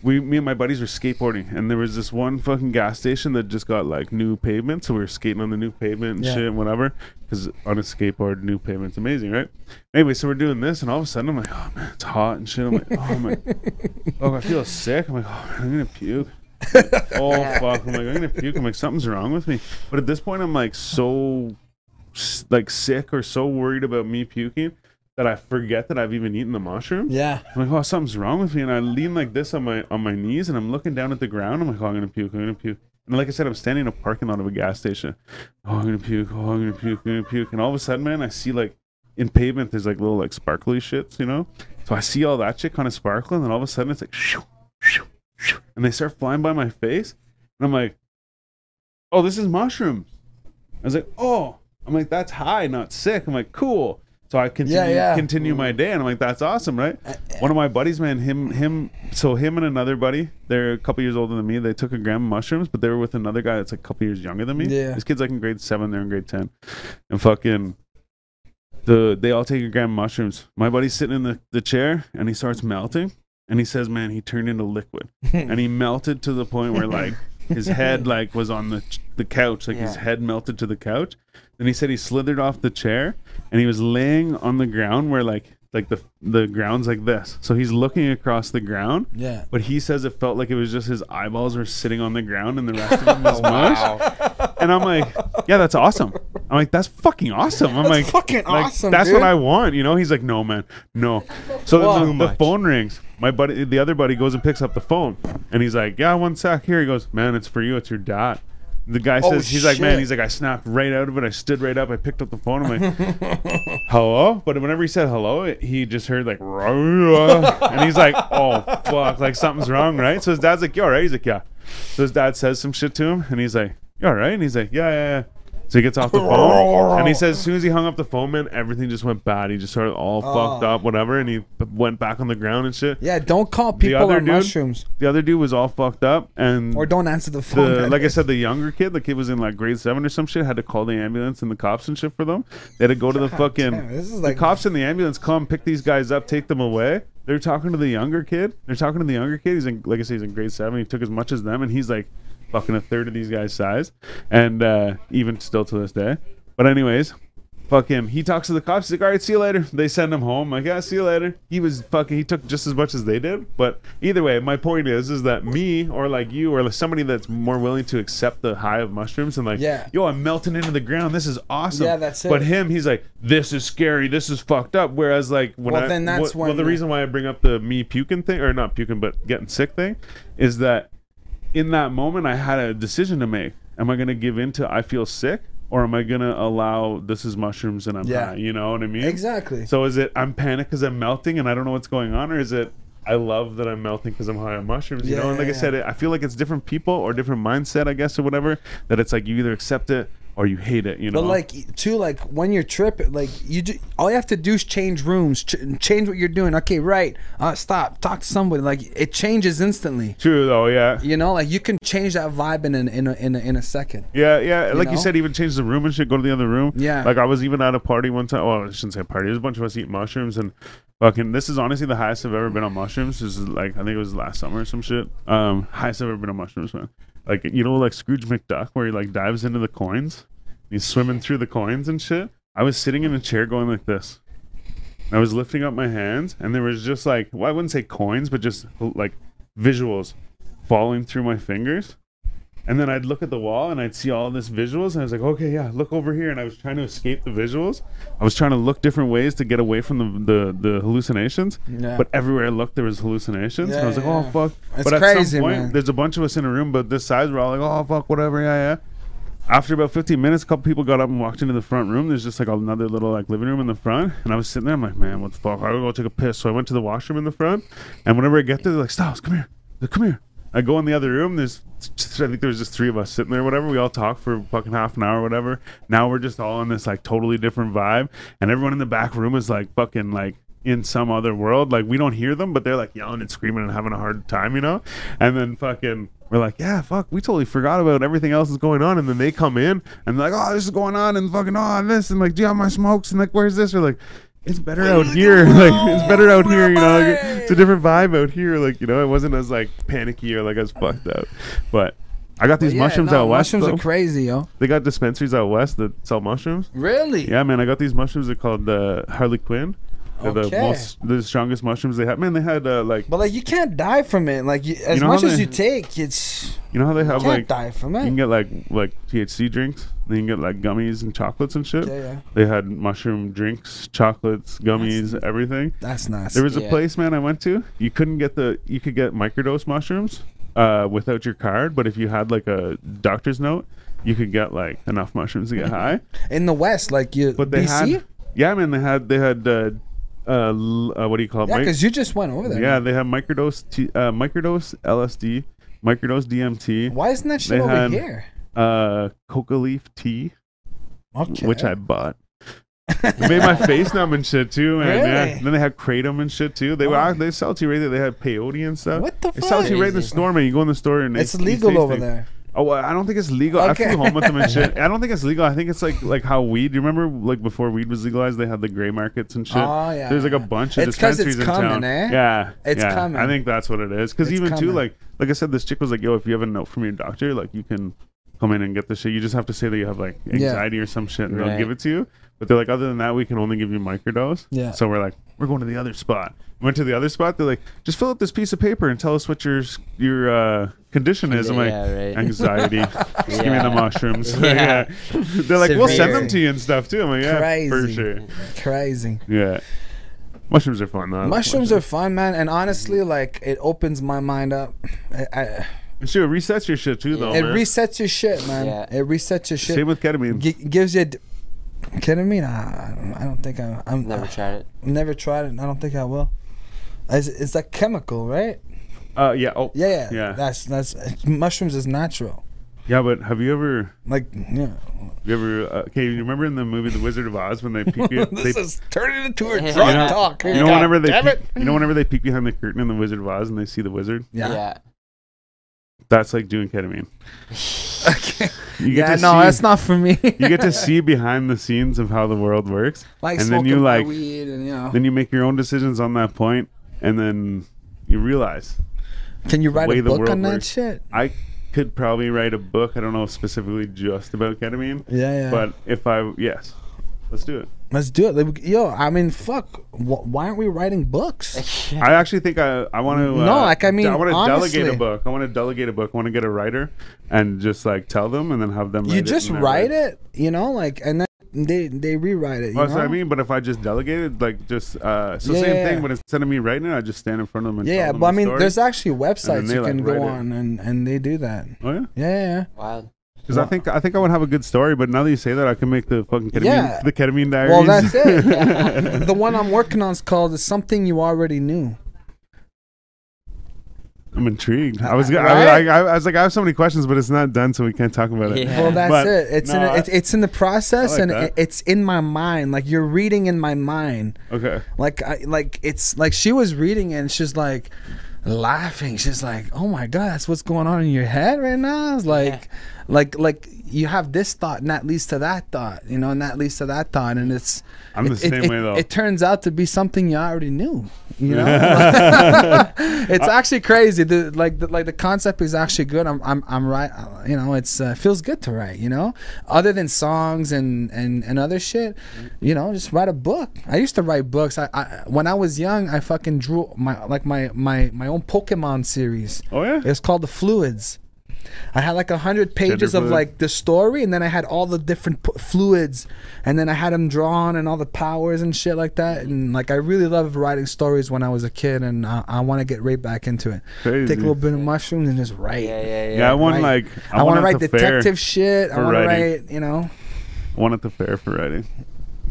A: We, me and my buddies were skateboarding, and there was this one fucking gas station that just got like new pavement, so we were skating on the new pavement and
D: Yeah.
A: shit and whatever. Because on a skateboard, new pavement's amazing, right? Anyway, so we're doing this, and all of a sudden, I'm like, oh man, it's hot and shit. I'm like, oh my, oh, I feel sick. I'm like, oh man, I'm gonna puke. oh fuck! I'm like, I'm gonna puke. I'm like, something's wrong with me. But at this point, I'm like so, s- like sick or so worried about me puking that I forget that I've even eaten the mushroom.
D: Yeah.
A: I'm like, oh, something's wrong with me, and I lean like this on my on my knees, and I'm looking down at the ground. I'm like, oh, I'm gonna puke, I'm gonna puke. And like I said, I'm standing in a parking lot of a gas station. Oh, I'm gonna puke. Oh, I'm gonna puke. I'm gonna puke. And all of a sudden, man, I see like in pavement, there's like little like sparkly shits, you know. So I see all that shit kind of sparkling, and all of a sudden, it's like, shoo, shoo, shoo, and they start flying by my face, and I'm like, oh, this is mushrooms. I was like, oh, I'm like, that's high, not sick. I'm like, cool. So I continue
D: yeah.
A: continue my day, and I'm like, that's awesome, right? One of my buddies, man, him him, so him and another buddy, they're a couple years older than me. They took a gram of mushrooms, but they were with another guy that's like a couple years younger than me.
D: Yeah.
A: this kid's like in grade seven, they're in grade ten, and fucking. The, they all take a gram of mushrooms. My buddy's sitting in the, the chair and he starts melting. And he says, man, he turned into liquid. and he melted to the point where, like, his head, like, was on the, the couch. Like, his
B: Yeah.
A: head melted to the couch. And he said he slithered off the chair and he was laying on the ground where, like, like the the ground's like this. So he's looking across the ground.
D: Yeah.
A: But he says it felt like it was just his eyeballs were sitting on the ground and the rest of him
D: Oh,
A: was mush. And I'm like, yeah, that's awesome. I'm like, that's fucking awesome. I'm like,
D: fucking
A: like,
D: awesome,
A: That's
D: dude.
A: what I want. You know, he's like, no, man, no. So then the, the phone rings. My buddy, the other buddy, goes and picks up the phone, and he's like, yeah, one sec. Here he goes, man, it's for you. It's your dot. The guy says, he's like, man,
D: shit.
A: he's like, I snapped right out of it. I stood right up. I picked up the phone. I'm like, hello but whenever he said hello it- he just heard like "Rah, rah," and he's like oh fuck like something's wrong right so his dad's like you all right he's like yeah so his dad says some shit to him and he's like you all right and he's like yeah yeah yeah so he gets off the phone and he says as soon as he hung up the phone man everything just went bad he just started all fucked up whatever and he b- went back on the ground and shit
D: Oh. Yeah, don't call people
A: other
D: on
A: dude-
D: mushrooms
A: the other dude was all fucked up and
D: or don't answer the phone.
A: the,
D: man.
A: like I said, the younger kid, the kid was in like grade seven or some shit, had to call the ambulance and the cops and shit for them. They had to go to the fucking
D: damn, this is like-
A: the cops and the ambulance come pick these guys up, take them away. They're talking to the younger kid. They're talking to the younger kid. He's in like I said, he's in grade seven. He took as much as them, and he's like fucking a third of these guys' size, and uh, even still to this day. But anyways. Fucking, he talks to the cops. He's like, "All right, see you later." They send him home. Like, "Yeah, see you later." He was fucking. He took just as much as they did. But either way, my point is, is that me or like you or like somebody that's more willing to accept the high of mushrooms and like,
D: Yeah.
A: yo, I'm melting into the ground. This is awesome.
D: Yeah, that's it.
A: But him, he's like, "This is scary. This is fucked up." Whereas like, when
D: Well,
A: I,
D: then that's
A: well,
D: when-
A: the reason why I bring up the me puking thing or not puking but getting sick thing is that in that moment I had a decision to make. Am I going to give in to I feel sick or am I going to allow this is mushrooms and I'm
D: Yeah.
A: high? You know what I mean?
D: exactly.
A: So is it I'm panicked because I'm melting and I don't know what's going on or is it I love that I'm melting because I'm high on mushrooms, you
D: Yeah,
A: know? And like
D: yeah,
A: I said, I feel like it's different people or different mindset, I guess, or whatever, that it's like you either accept it or you hate it, you know?
D: But like too, like when you're tripping, like you do, all you have to do is change rooms, ch- change what you're doing. Okay, right, uh, stop, talk to somebody. Like it changes instantly.
A: True, though, yeah.
D: You know, like you can change that vibe in an, in a, in a, in a second.
A: Yeah, yeah. like you
D: know?
A: said, even change the room and shit. Go to the other room.
D: Yeah.
A: Like I was even at a party one time. Well, I shouldn't say party. There's a bunch of us eating mushrooms and fucking. This is honestly the highest I've ever been on mushrooms. This is like I think it was last summer or some shit. Um, highest I've ever been on mushrooms, man. Like you know, like Scrooge McDuck, where he like dives into the coins. He's swimming through the coins and shit. I was sitting in a chair going like this. I was lifting up my hands, and there was just like, well, I wouldn't say coins, but just like visuals falling through my fingers. And then I'd look at the wall and I'd see all this visuals, and I was like, okay, yeah, look over here. And I was trying to escape the visuals. I was trying to look different ways to get away from the the, the hallucinations.
D: Yeah.
A: But everywhere I looked, there was hallucinations. and I was
D: Yeah,
A: like,
D: yeah.
A: oh fuck.
D: It's
A: but at
D: crazy,
A: some point,
D: man.
A: there's a bunch of us in a room, but this size, we're all like, oh fuck, whatever, yeah, yeah. After about 15 minutes, a couple people got up and walked into the front room. There's just like another little like living room in the front, and I was sitting there. I'm like, man, what the fuck? I gotta go take a piss. So I went to the washroom in the front, and whenever I get there, they're like, Styles, come here, They're like, come here. I go in the other room. There's, I think there's just three of us sitting there, whatever. We all talk for fucking half an hour, whatever. Now we're just all in this like totally different vibe, and everyone in the back room is like fucking like in some other world. Like we don't hear them, but they're like yelling and screaming and having a hard time, you know. And then fucking we're like, yeah, fuck, we totally forgot about everything else that's going on. And then they come in and they're like, oh, this is going on and fucking oh and this and like, do you have my smokes and like, where's this? We're like. It's better out here. Like it's better out here, you know. Like, it's a different vibe out here. Like you know, it wasn't as like panicky or like as fucked up. But I got these
D: Yeah,
A: mushrooms
D: no,
A: out west.
D: Mushrooms
A: though.
D: are crazy, yo.
A: they got dispensaries out west that sell mushrooms.
D: Really?
A: Yeah, man, I got these mushrooms. They're called the Harley Quinn. They're the
D: Okay.
A: most, the strongest mushrooms they had. Man, they had uh, like
D: But like, you can't die from it. Like, you, as
A: know how
D: much as
A: they-
D: you take, it's
A: you know how they
D: you
A: have
D: can't
A: like
D: die from
A: you can
D: it.
A: get like like THC drinks. Then you can get like gummies and chocolates and shit.
D: Yeah, yeah.
A: They had mushroom drinks, chocolates, gummies, everything.
D: That's nice.
A: There was a
B: Yeah.
A: place, man, I went to. You couldn't get the. You could get microdose mushrooms uh, without your card, but if you had like a doctor's note, you could get like enough mushrooms to get high.
D: in the West, like you.
A: But they
D: BC?
A: had, yeah, man, they had they had uh, uh, l- uh what do you call it?
D: Yeah,
A: Mic-
D: because you just went over there.
A: yeah, they had microdose, t- uh, microdose LSD, microdose DMT,
D: Why isn't that shit
A: They
D: over
A: had-
D: here?
A: uh, coca leaf tea,
D: Okay.
A: which I bought. It made my face numb and shit too, man. Yeah.
D: Really?
A: Then they had kratom and shit too. They were
D: Oh.
A: out- they sell to you right there. They had peyote and stuff.
D: What the
A: It sells
D: fuck?
A: you right in the store, man. You go in the store and
D: It's
A: they- you
D: legal
A: taste
D: over
A: it.
D: there.
A: Oh, well, I don't think it's legal. I
D: Okay.
A: flew home with them and shit. I don't think it's legal. I think it's like like how weed. You remember like before weed was legalized, they had the gray markets and shit.
D: Oh, yeah.
A: There's like a bunch of
D: It's 'cause it's
A: dispensaries in town.
D: coming, eh?
A: Yeah,
D: It's
A: yeah.
D: coming.
A: I think that's what it is. Because
D: It's
A: even too
D: coming.
A: like like I said, this chick was like, "Yo, if you have a note from your doctor, like you can come in and get the shit. You just have to say that you have like anxiety or some shit, and they'll
B: Right.
A: give it to you." But they're like, other than that, we can only give you microdose.
D: Yeah.
A: So we're like, we're going to the other spot. Went to the other spot. They're like, just fill out this piece of paper and tell us what your s- your uh, condition is. I'm like,
B: Yeah, right.
A: anxiety. Just give me the
B: Yeah.
A: mushrooms.
B: Yeah.
A: Yeah. They're like, we'll send them
B: Severe.
A: to you and stuff too. I'm like, yeah, for
D: Crazy.
A: sure.
D: Crazy.
A: Yeah. Mushrooms are fun though. I like
D: Mushrooms are fun, man. And honestly, like, it opens my mind up. I, I,
A: And sure, it resets your shit too though.
D: it
A: Oh, man.
D: resets your shit, man.
B: Yeah.
D: It resets your shit.
A: Same with ketamine.
D: G- gives you. D- kidding me? Nah, I don't- I don't think I, I'm.
B: Never tried it.
D: Never tried it. and I don't think I will. It's, it's a chemical, right?
A: Uh, yeah. Oh.
D: Yeah, yeah.
A: Yeah.
D: That's that's mushrooms is natural.
A: Yeah, but have you ever,
D: Like, yeah.
A: you ever? Uh, okay, you remember in the movie The Wizard of Oz when they peek? you- they,
D: is turning into a
B: Yeah.
D: drug
B: You know-
D: talk.
B: you
A: you know
B: God
A: whenever they
C: damn
A: peek,
C: it.
A: you know whenever they peek behind the curtain in The Wizard of Oz and they see the wizard,
D: yeah.
B: yeah.
A: that's like doing ketamine.
D: Okay.
A: You
D: Yeah,
A: get
D: no,
A: to see,
D: that's not for me.
A: you get to see behind the scenes of how the world works,
D: like
A: and then you
D: smoking my
A: like
D: weed and you know.
A: then you make your own decisions on that point and then you realize
D: Can you write
A: way
D: a
A: the
D: book
A: world
D: on that
A: works.
D: shit?
A: i could probably write a book i don't know specifically just about ketamine
D: Yeah, yeah.
A: but if i yes let's do it
D: let's do it. Like, Yo, I mean, fuck. Wh- why aren't we writing books?
A: i actually think i i want to uh,
D: No, like, I mean,
A: i want to delegate a
D: honestly.
A: book i want to delegate a book i want to get a writer and just like tell them and then have them
D: You
A: write
D: just
A: it and then
D: write it, you know, like, and then they they rewrite it. You
A: Well, that's
D: know?
A: what I mean, but if I just delegated, like just uh, so
D: Yeah,
A: same
D: yeah,
A: thing,
D: yeah.
A: but instead of me writing it, I just stand in front of them and tell
D: Yeah,
A: them
D: but I
A: the
D: mean,
A: story.
D: there's actually websites
A: they,
D: you
A: like,
D: can go
A: write it.
D: on and and they do that.
A: oh yeah,
D: Yeah, yeah, yeah.
B: Wild.
A: Because I think I think I would have a good story, but now that you say that, I can make the fucking ketamine,
D: Yeah.
A: the ketamine diaries.
D: Well, that's it. the one I'm working on is called "Something You Already Knew."
A: I'm intrigued. I was, gonna- I,
D: Right?
A: I, I was like, I have so many questions, but it's not done, so we can't talk about it.
B: Yeah.
D: Well, that's
A: But-
D: it. It's in
A: No, I-
D: it's, it's in the process,
A: I like
D: and
A: that.
D: it, it's in my mind. Like you're reading in my mind.
A: Okay.
D: Like I like it's like she was reading it, and she's like laughing. She's like, "Oh my god, that's what's going on in your head right now." It's like, like like you have this thought, and that leads to that thought, you know, and that leads to that thought, and it's.
A: I'm the
D: it-
A: same
D: it,
A: way, though.
D: It, turns out to be something you already knew. You know, it's actually crazy. The like, the, like the concept is actually good. I'm, I'm, I'm right. You know, it's uh, feels good to write. You know, other than songs and and and other shit, you know, just write a book. I used to write books. I, I when I was young, I fucking drew my like my my my own Pokemon series.
A: Oh yeah.
D: It's called the Fluids. I had like a hundred pages of
A: fluid.
D: like the story, and then I had all the different p- fluids, and then I had them drawn and all the powers and shit like that. And like I really loved writing stories when I was a kid, and I, I want to get right back into it.
A: Crazy.
D: Take a little bit of mushrooms and just write.
B: Yeah, yeah, yeah.
A: Yeah, I want
D: right.
A: like
D: I, want to write
A: fair.
D: detective shit. I
A: for
D: want to
A: writing.
D: write, you know,
A: I won at the fair for writing.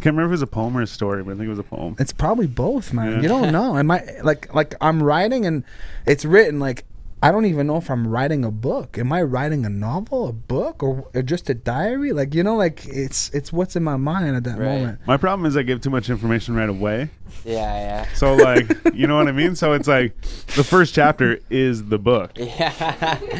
A: Can't remember if it was a poem or a story, but I think it was a poem.
D: it's probably both, man.
A: Yeah.
D: You don't know. Am I like like I'm writing and it's written like I don't even know if I'm writing a book. Am I writing a novel, a book, or, or just a diary? Like you know, like it's it's what's in my mind at that
B: Right.
D: moment.
A: My problem is I give too much information right away.
B: Yeah,
A: So like, you know what I mean? So it's like the first chapter is the book.
B: yeah.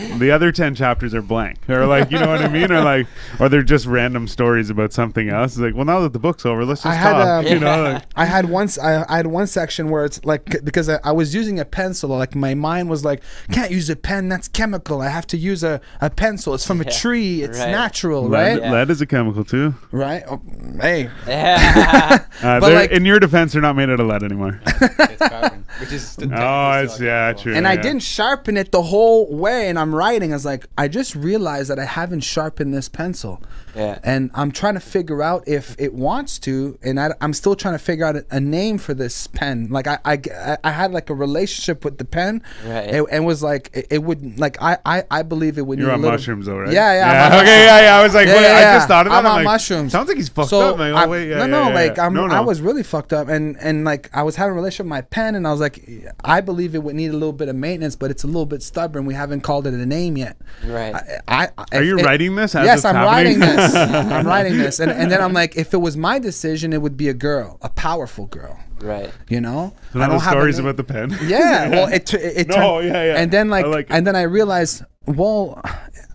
B: Yeah.
A: The other 10 chapters are blank. Or like, you know what I mean? Or like or they're just random stories about something else. It's like, well, now that the book's over, let's
D: I
A: just
D: had,
A: talk,
D: um,
A: you know? Like,
D: I had once I, I had one section where it's like c- because I, I was using a pencil like my mind was like can't use a pen that's chemical I have to use a, a pencil it's from a
B: Yeah.
D: tree it's
B: Right.
D: natural
A: lead,
D: right
B: Yeah.
A: lead is a chemical too.
D: right oh, hey
B: yeah.
A: Uh,
D: But
A: they're-
D: like-
A: in your defense, they're not made out of lead anymore.
C: it's carbon, which is still
A: oh,
C: technically
A: it's
C: still a
A: yeah,
C: chemical.
A: true.
D: and I
A: yeah.
D: didn't sharpen it the whole way. And I'm writing. I was like, I just realized that I haven't sharpened this pencil.
B: Yeah.
D: And I'm trying to figure out if it wants to, and I, am still trying to figure out a, a name for this pen. Like I, I, I had like a relationship with the pen,
B: Right.
D: and, and was like it, it would like I, I, I believe it would.
A: You're
D: need a
A: on
D: little-
A: mushrooms, though, right?
D: Yeah, yeah. I'm on
A: yeah. Okay, yeah, yeah. I was like,
D: Yeah,
A: wait,
D: yeah,
A: I just
D: yeah.
A: thought of that.
D: I'm
A: I'm
D: on
A: like,
D: mushrooms.
A: Sounds like he's fucked
D: so
A: up. Like, oh,
D: I-
A: wait, yeah,
D: no,
A: yeah,
D: no,
A: yeah,
D: like
A: yeah.
D: I'm,
A: No, no.
D: I was really fucked up, and and like I was having a relationship with my pen, and I was like, I believe it would need a little bit of maintenance, but it's a little bit stubborn. We haven't called it a name yet.
B: Right.
D: I, I,
A: Are
D: if
A: you
D: it-
A: writing this? As
D: Yes,
A: it's
D: I'm
A: happening?
D: writing this. I'm writing this, and and then I'm like, if it was my decision, it would be a girl, a powerful girl.
B: Right.
D: You know,
A: So now the
D: a
A: stories
D: name.
A: about the pen.
D: Yeah, well, it tu- it, it
A: No,
D: turned-
A: yeah, yeah.
D: and then like,
A: I like it.
D: and then I realized, well,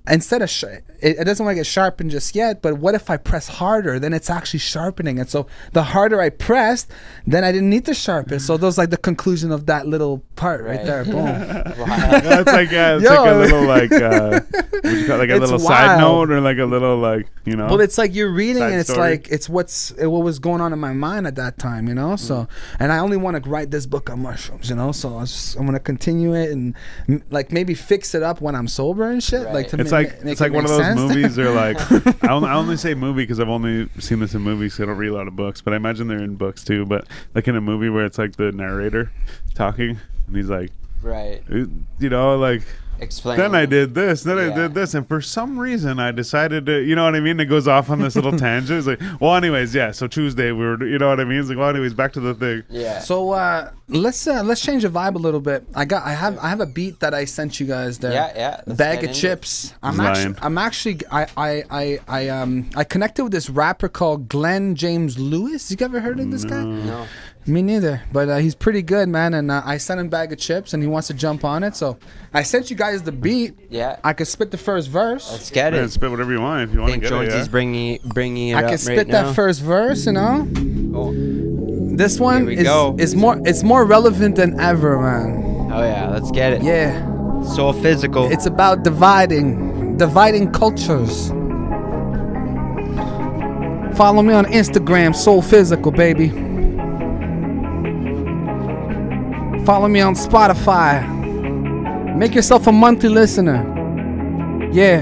D: instead of sh- it, it doesn't want to get sharpened just yet, but what if I press harder? Then it's actually sharpening it. So the harder I pressed, then I didn't need to sharpen. So that was like the conclusion of that little part right,
B: Right.
D: there. Boom.
B: Wow.
A: That's like yeah, it's
D: Yo.
A: like a little like uh, what you call it, like a
D: It's
A: little side
D: wild.
A: note or like a little like you know.
D: Well, it's like you're reading,
A: Side
D: and it's
A: story.
D: like it's what's it, what was going on in my mind at that time, you know.
A: Mm.
D: So, and I only want to write this book on mushrooms, you know. So I was just, I'm gonna continue it and m- like maybe fix it up when I'm sober and shit.
B: Right.
D: Like to
A: It's
D: ma-
A: like
D: ma- make
A: it's
D: it
A: like one of those
D: make sense.
A: movies. They're like, I only, I only say movie because I've only seen this in movies. 'cause I don't read a lot of books, but I imagine they're in books too. But like in a movie where it's like the narrator talking, and he's like,
B: Right.
A: you know, like
B: Explain.
A: then I did this, then I
B: Yeah.
A: did this, and for some reason I decided to, you know what I mean? It goes off on this little tangent. It's like, well, anyways, yeah. So Tuesday we were, you know what I mean? It's like, well, anyways, back to the thing.
B: Yeah.
D: So uh, let's uh, let's change the vibe a little bit. I got I have I have a beat that I sent you guys there.
B: Yeah, yeah, let's
D: Bag
B: get
D: of
B: into
D: chips. I'm
A: Zion.
D: actually I'm actually I I I I um I connected with this rapper called Glenn James Lewis. You ever heard of this guy?
B: no.
D: Me neither, but uh, he's pretty good, man. And uh, I sent him bag of chips, and he wants to jump on it. So I sent you guys the beat.
B: Yeah.
D: I could spit the first verse.
B: Let's get
A: Man,
B: it.
A: spit whatever you want if you
B: I
A: want to
B: think
A: get it.
B: Jonesy's
A: Yeah.
B: bringing bringing it
D: I
B: up
D: can
B: right
D: spit
B: now.
D: that first verse, you know.
B: Oh,
D: This one
B: we
D: is
B: go.
D: is more it's more relevant than ever, man.
B: oh yeah, let's get it.
D: Yeah,
B: So physical.
D: it's about dividing, dividing cultures. Follow me on Instagram, Soul Physical, baby. Follow me on Spotify. Make yourself a monthly listener. Yeah.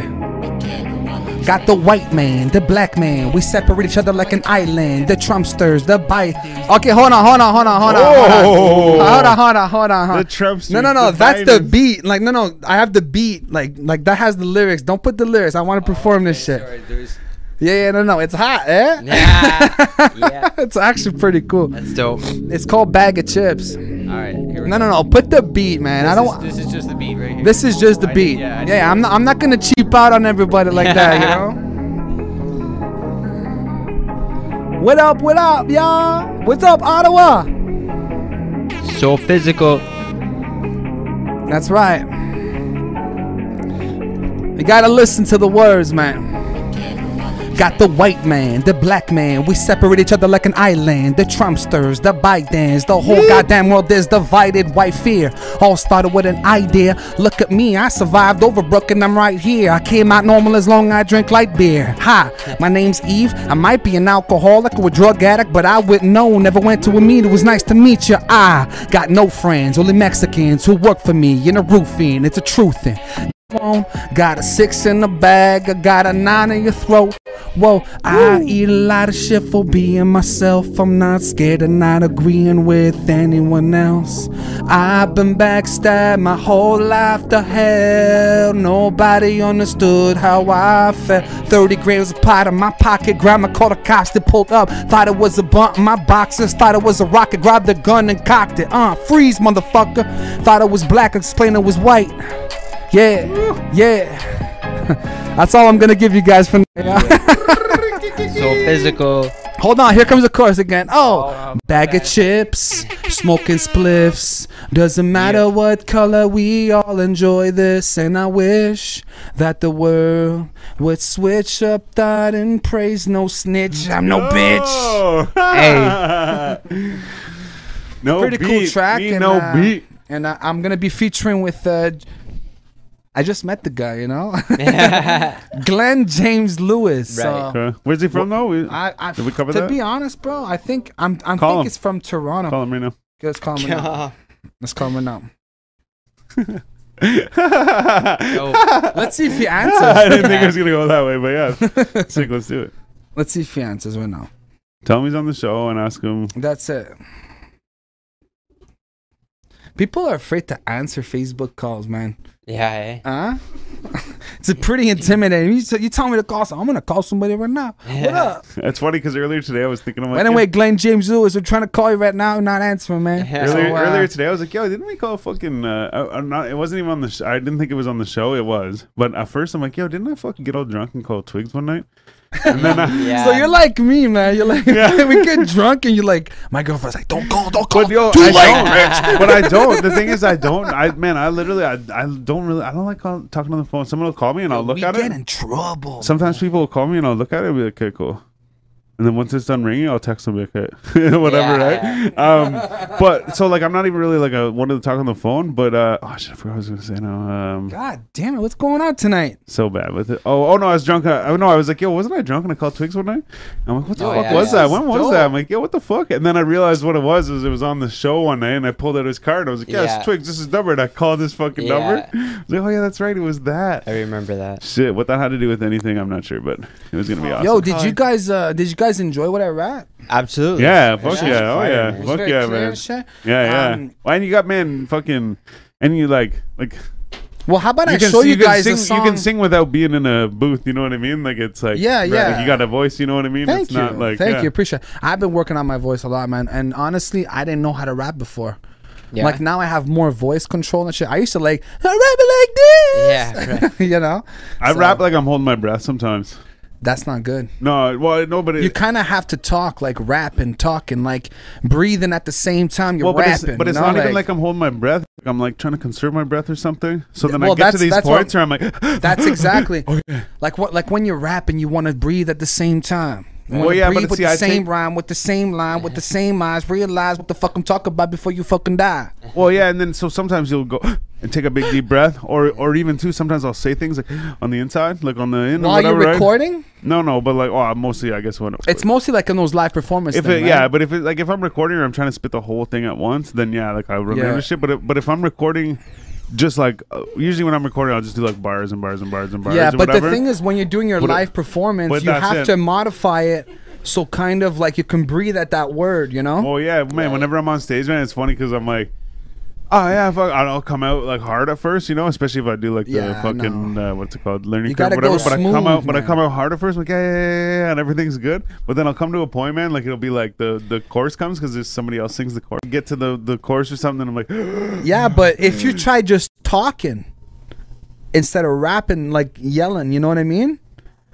D: Got the white man, the black man. We separate each other like an island. The Trumpsters, the bite. Okay, hold on, hold on, hold on, hold on. Hold
A: Oh.
D: on, hold on, hold on, hold on. hold on.
A: The Trumpsters,
D: No, no, no.
A: the
D: that's the
A: Bidens.
D: beat. Like, no, no. I have the beat. Like, like that has the lyrics. Don't put the lyrics. I
C: Oh,
D: want to perform this shit.
B: Sorry, there's-
D: Yeah, yeah, no, no. It's hot, eh?
B: Yeah. Yeah.
D: it's actually pretty cool.
B: That's dope.
D: It's called Bag of Chips. No,
C: All right, here we go.
D: no, no. Put the beat, man. I
C: This
D: don't.
C: is, this is just the beat right here.
D: This is just the
C: I did-
D: beat.
C: yeah,
D: Yeah,
C: I did
D: I'm not. I'm not gonna cheap out on everybody like that. You know. What up? What up, y'all? What's up, Ottawa?
B: So physical.
D: That's right. You gotta listen to the words, man. Got the white man, the black man. We separate each other like an island. The Trumpsters, the Bidens, the whole goddamn world is divided. White fear. All started with an idea. Look at me, I survived Overbrook and I'm right here. I came out normal as long I drink light beer. Hi, my name's Eve. I might be an alcoholic or a drug addict, but I wouldn't know. Never went to a meet. It was nice to meet you. I got no friends, only Mexicans who work for me in a roofing. It's a truthin'. on. Got a six in the bag, I got a nine in your throat. Whoa, I eat a lot of shit for being myself. I'm not scared of not agreeing with anyone else. I've been backstabbed my whole life to hell. Nobody understood how I felt. 30 grams of pot in my pocket. Grandma called the cops, they pulled up. Thought it was a blunt in my boxes. Thought it was a rocket. Grabbed the gun and cocked it. Uh, freeze, motherfucker. Thought it was black, explained it was white. Yeah, yeah. That's all I'm gonna give you guys for now.
B: So physical.
D: Hold on, here comes the chorus again. Oh, bag of chips, smoking spliffs. Doesn't matter what color, we all enjoy this. And I wish that the world would switch up that and praise no snitch. I'm no bitch.
A: hey. Oh! no
D: Pretty
A: beat.
D: cool track.
A: Me
D: and,
A: no
D: uh,
A: beat.
D: And uh, I'm gonna be featuring with. Uh, I just met the guy, you know, Glenn James Lewis.
B: Right.
D: so-
A: Okay. Where's he from though? We-
D: I, I
A: Did we cover
D: to
A: that?
D: be honest, bro, I think I'm I
A: Call
D: think
A: him.
D: it's from Toronto.
A: Call him right now.
D: Let's call him now. Let's call him now. Let's see if he
A: I
D: answers.
A: didn't think it was gonna go that way, but yeah. Sick, let's do it.
D: Let's see if he answers right now.
A: Tell him he's on the show and ask him.
D: That's it. People are afraid to answer Facebook calls, man.
B: yeah. eh?
D: Huh? it's a pretty intimidating. You, you tell me to call someone. I'm gonna call somebody right now. What
B: Yeah.
D: up?
A: It's funny because earlier today I was thinking about.
D: anyway, Glenn James Lewis, we're trying to call you right now, you're not answering, man.
B: Yeah.
A: Earlier,
D: So, uh,
A: earlier today, I was like, "Yo, didn't we call fucking? Uh, I, am not. It wasn't even on the. Sh- I didn't think it was on the show. It was, but at first, I'm like, "Yo, didn't I fucking get all drunk and call Twigs one night?" And then, I,
B: Yeah.
D: So you're like me, man. You're like we get drunk and you're like, my girlfriend's like, don't call, don't call.
A: but yo,
D: Too
A: I
D: late.
A: don't. but I don't. The thing is, I don't. I man, I literally, I, I don't really. I don't like call, talking on the phone. Someone will call me and I'll look
D: we
A: at
D: get
A: it.
D: in trouble.
A: Sometimes people will call me and I'll look at it and be like, okay, cool. And then once it's done ringing, I'll text them like, okay, whatever,
B: Yeah.
A: right? Um, but so like, I'm not even really like a one to talk on the phone. But uh, oh shit, I forgot what I was gonna say now. Um,
D: God damn it, what's going on tonight?
A: so bad with it. Oh, oh no, I was drunk. I, oh, no, I was like, yo, wasn't I drunk and I called Twigs one night? I'm like, what the
B: Oh,
A: fuck
B: yeah,
A: was
B: yeah.
A: that? When was that? I'm like, yo, what the fuck? And then I realized what it was is it was on the show one night, and I pulled out his card. I was like, yeah,
B: Yeah.
A: it's Twigs. This is number, and I called this fucking
B: Yeah.
A: number. I was like, oh yeah, that's right, it was that.
B: I remember that.
A: Shit, what that had to do with anything, I'm not sure, but it was gonna be awesome.
D: Yo, did you guys uh did you guys enjoy what I rap?
B: Absolutely.
A: Yeah, fuck yeah, oh
B: fire,
A: yeah,
B: man.
A: fuck yeah, man.
D: Shit.
A: Yeah, yeah.
D: Um,
A: Why and you got man fucking and you like like
D: Well, how about I
A: you can,
D: show
A: you
D: you,
A: can
D: guys
A: sing
D: a song?
A: you can sing without being in a booth, you know what I mean? Like it's like
D: Yeah,
A: right,
D: yeah.
A: like, you got a voice, you know what I mean?
D: Thank
A: it's
D: you,
A: not like
D: thank
A: yeah.
D: you, appreciate. It. I've been working on my voice a lot, man, and honestly, I didn't know how to rap before.
B: Yeah.
D: Like now, I have more voice control and shit. I used to like I rap it like
B: Yeah,
D: this, yeah, you know.
A: I
D: So,
A: rap like I'm holding my breath sometimes.
D: That's not good.
A: No, well, no, but it,
D: you kind of have to talk like rap and talk and like breathing at the same time you're
A: well, but
D: rapping.
A: it's, but it's
D: you know,
A: not even like I'm holding my breath. I'm like trying to conserve my breath or something. So then
D: well,
A: I get to
D: that's-
A: these
D: that's what-
A: points where I'm like,
D: that's exactly
A: Oh,
D: like what like when you're rapping you want to breathe at the same time. You
A: Well,
D: wanna
A: Oh, yeah, but
D: breathe with
A: see,
D: the
A: I
D: same
A: take-
D: rhyme, with the same line, with the same eyes. Realize what the fuck I'm talking about before you fucking die.
A: well, yeah. And then so sometimes you'll go and take a big deep breath, or or even too. Sometimes I'll say things like on the inside, like on the in. or
D: While you're
A: whatever, right?
D: recording,
A: No, no, but like, oh, mostly I guess when
D: it's mostly like in those live performances.
A: If it, yeah, but if it, like if I'm recording or I'm trying to spit the whole thing at once, then yeah, like I remember
D: Yeah.
A: shit. But if, but if I'm recording, just like uh, usually when I'm recording, I'll just do like bars and bars and bars and bars.
D: yeah,
A: and
D: but
A: whatever.
D: the thing is, when you're doing your
A: But it-
D: live performance,
A: but
D: you
A: that's
D: have
A: it.
D: to modify it so kind of like you can breathe at that word, you know?
A: Oh yeah, man. Whenever I'm on stage, man, it's funny because I'm like, oh yeah, fuck. and I'll come out like hard at first, you know, especially if I do like the
D: Yeah,
A: fucking uh, what's it called, learning
D: You
A: curve,
D: gotta
A: whatever.
D: go
A: But I come out,
D: smooth,
A: but I
D: man.
A: come out hard at first, like yeah, yeah, yeah, yeah, and everything's good. But then I'll come to a point, man, like it'll be like the the chorus comes because there's somebody else sings the chorus. Get to the the chorus or something, and I'm like.
D: Yeah, but if you try just talking instead of rapping, like yelling, you know what I mean?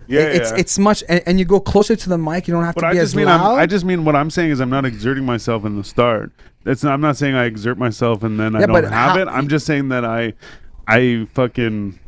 A: Yeah,
D: It- it's
A: yeah.
D: it's much, and, and you go closer to the mic. You don't have
A: But
D: to
A: I
D: be
A: just
D: as
A: mean I'm,
D: loud.
A: I just mean what I'm saying is I'm not exerting myself in the start. It's not, I'm not saying I exert myself and then I
D: Yeah,
A: don't
D: but
A: have
D: how-
A: it. I'm just saying that I I fucking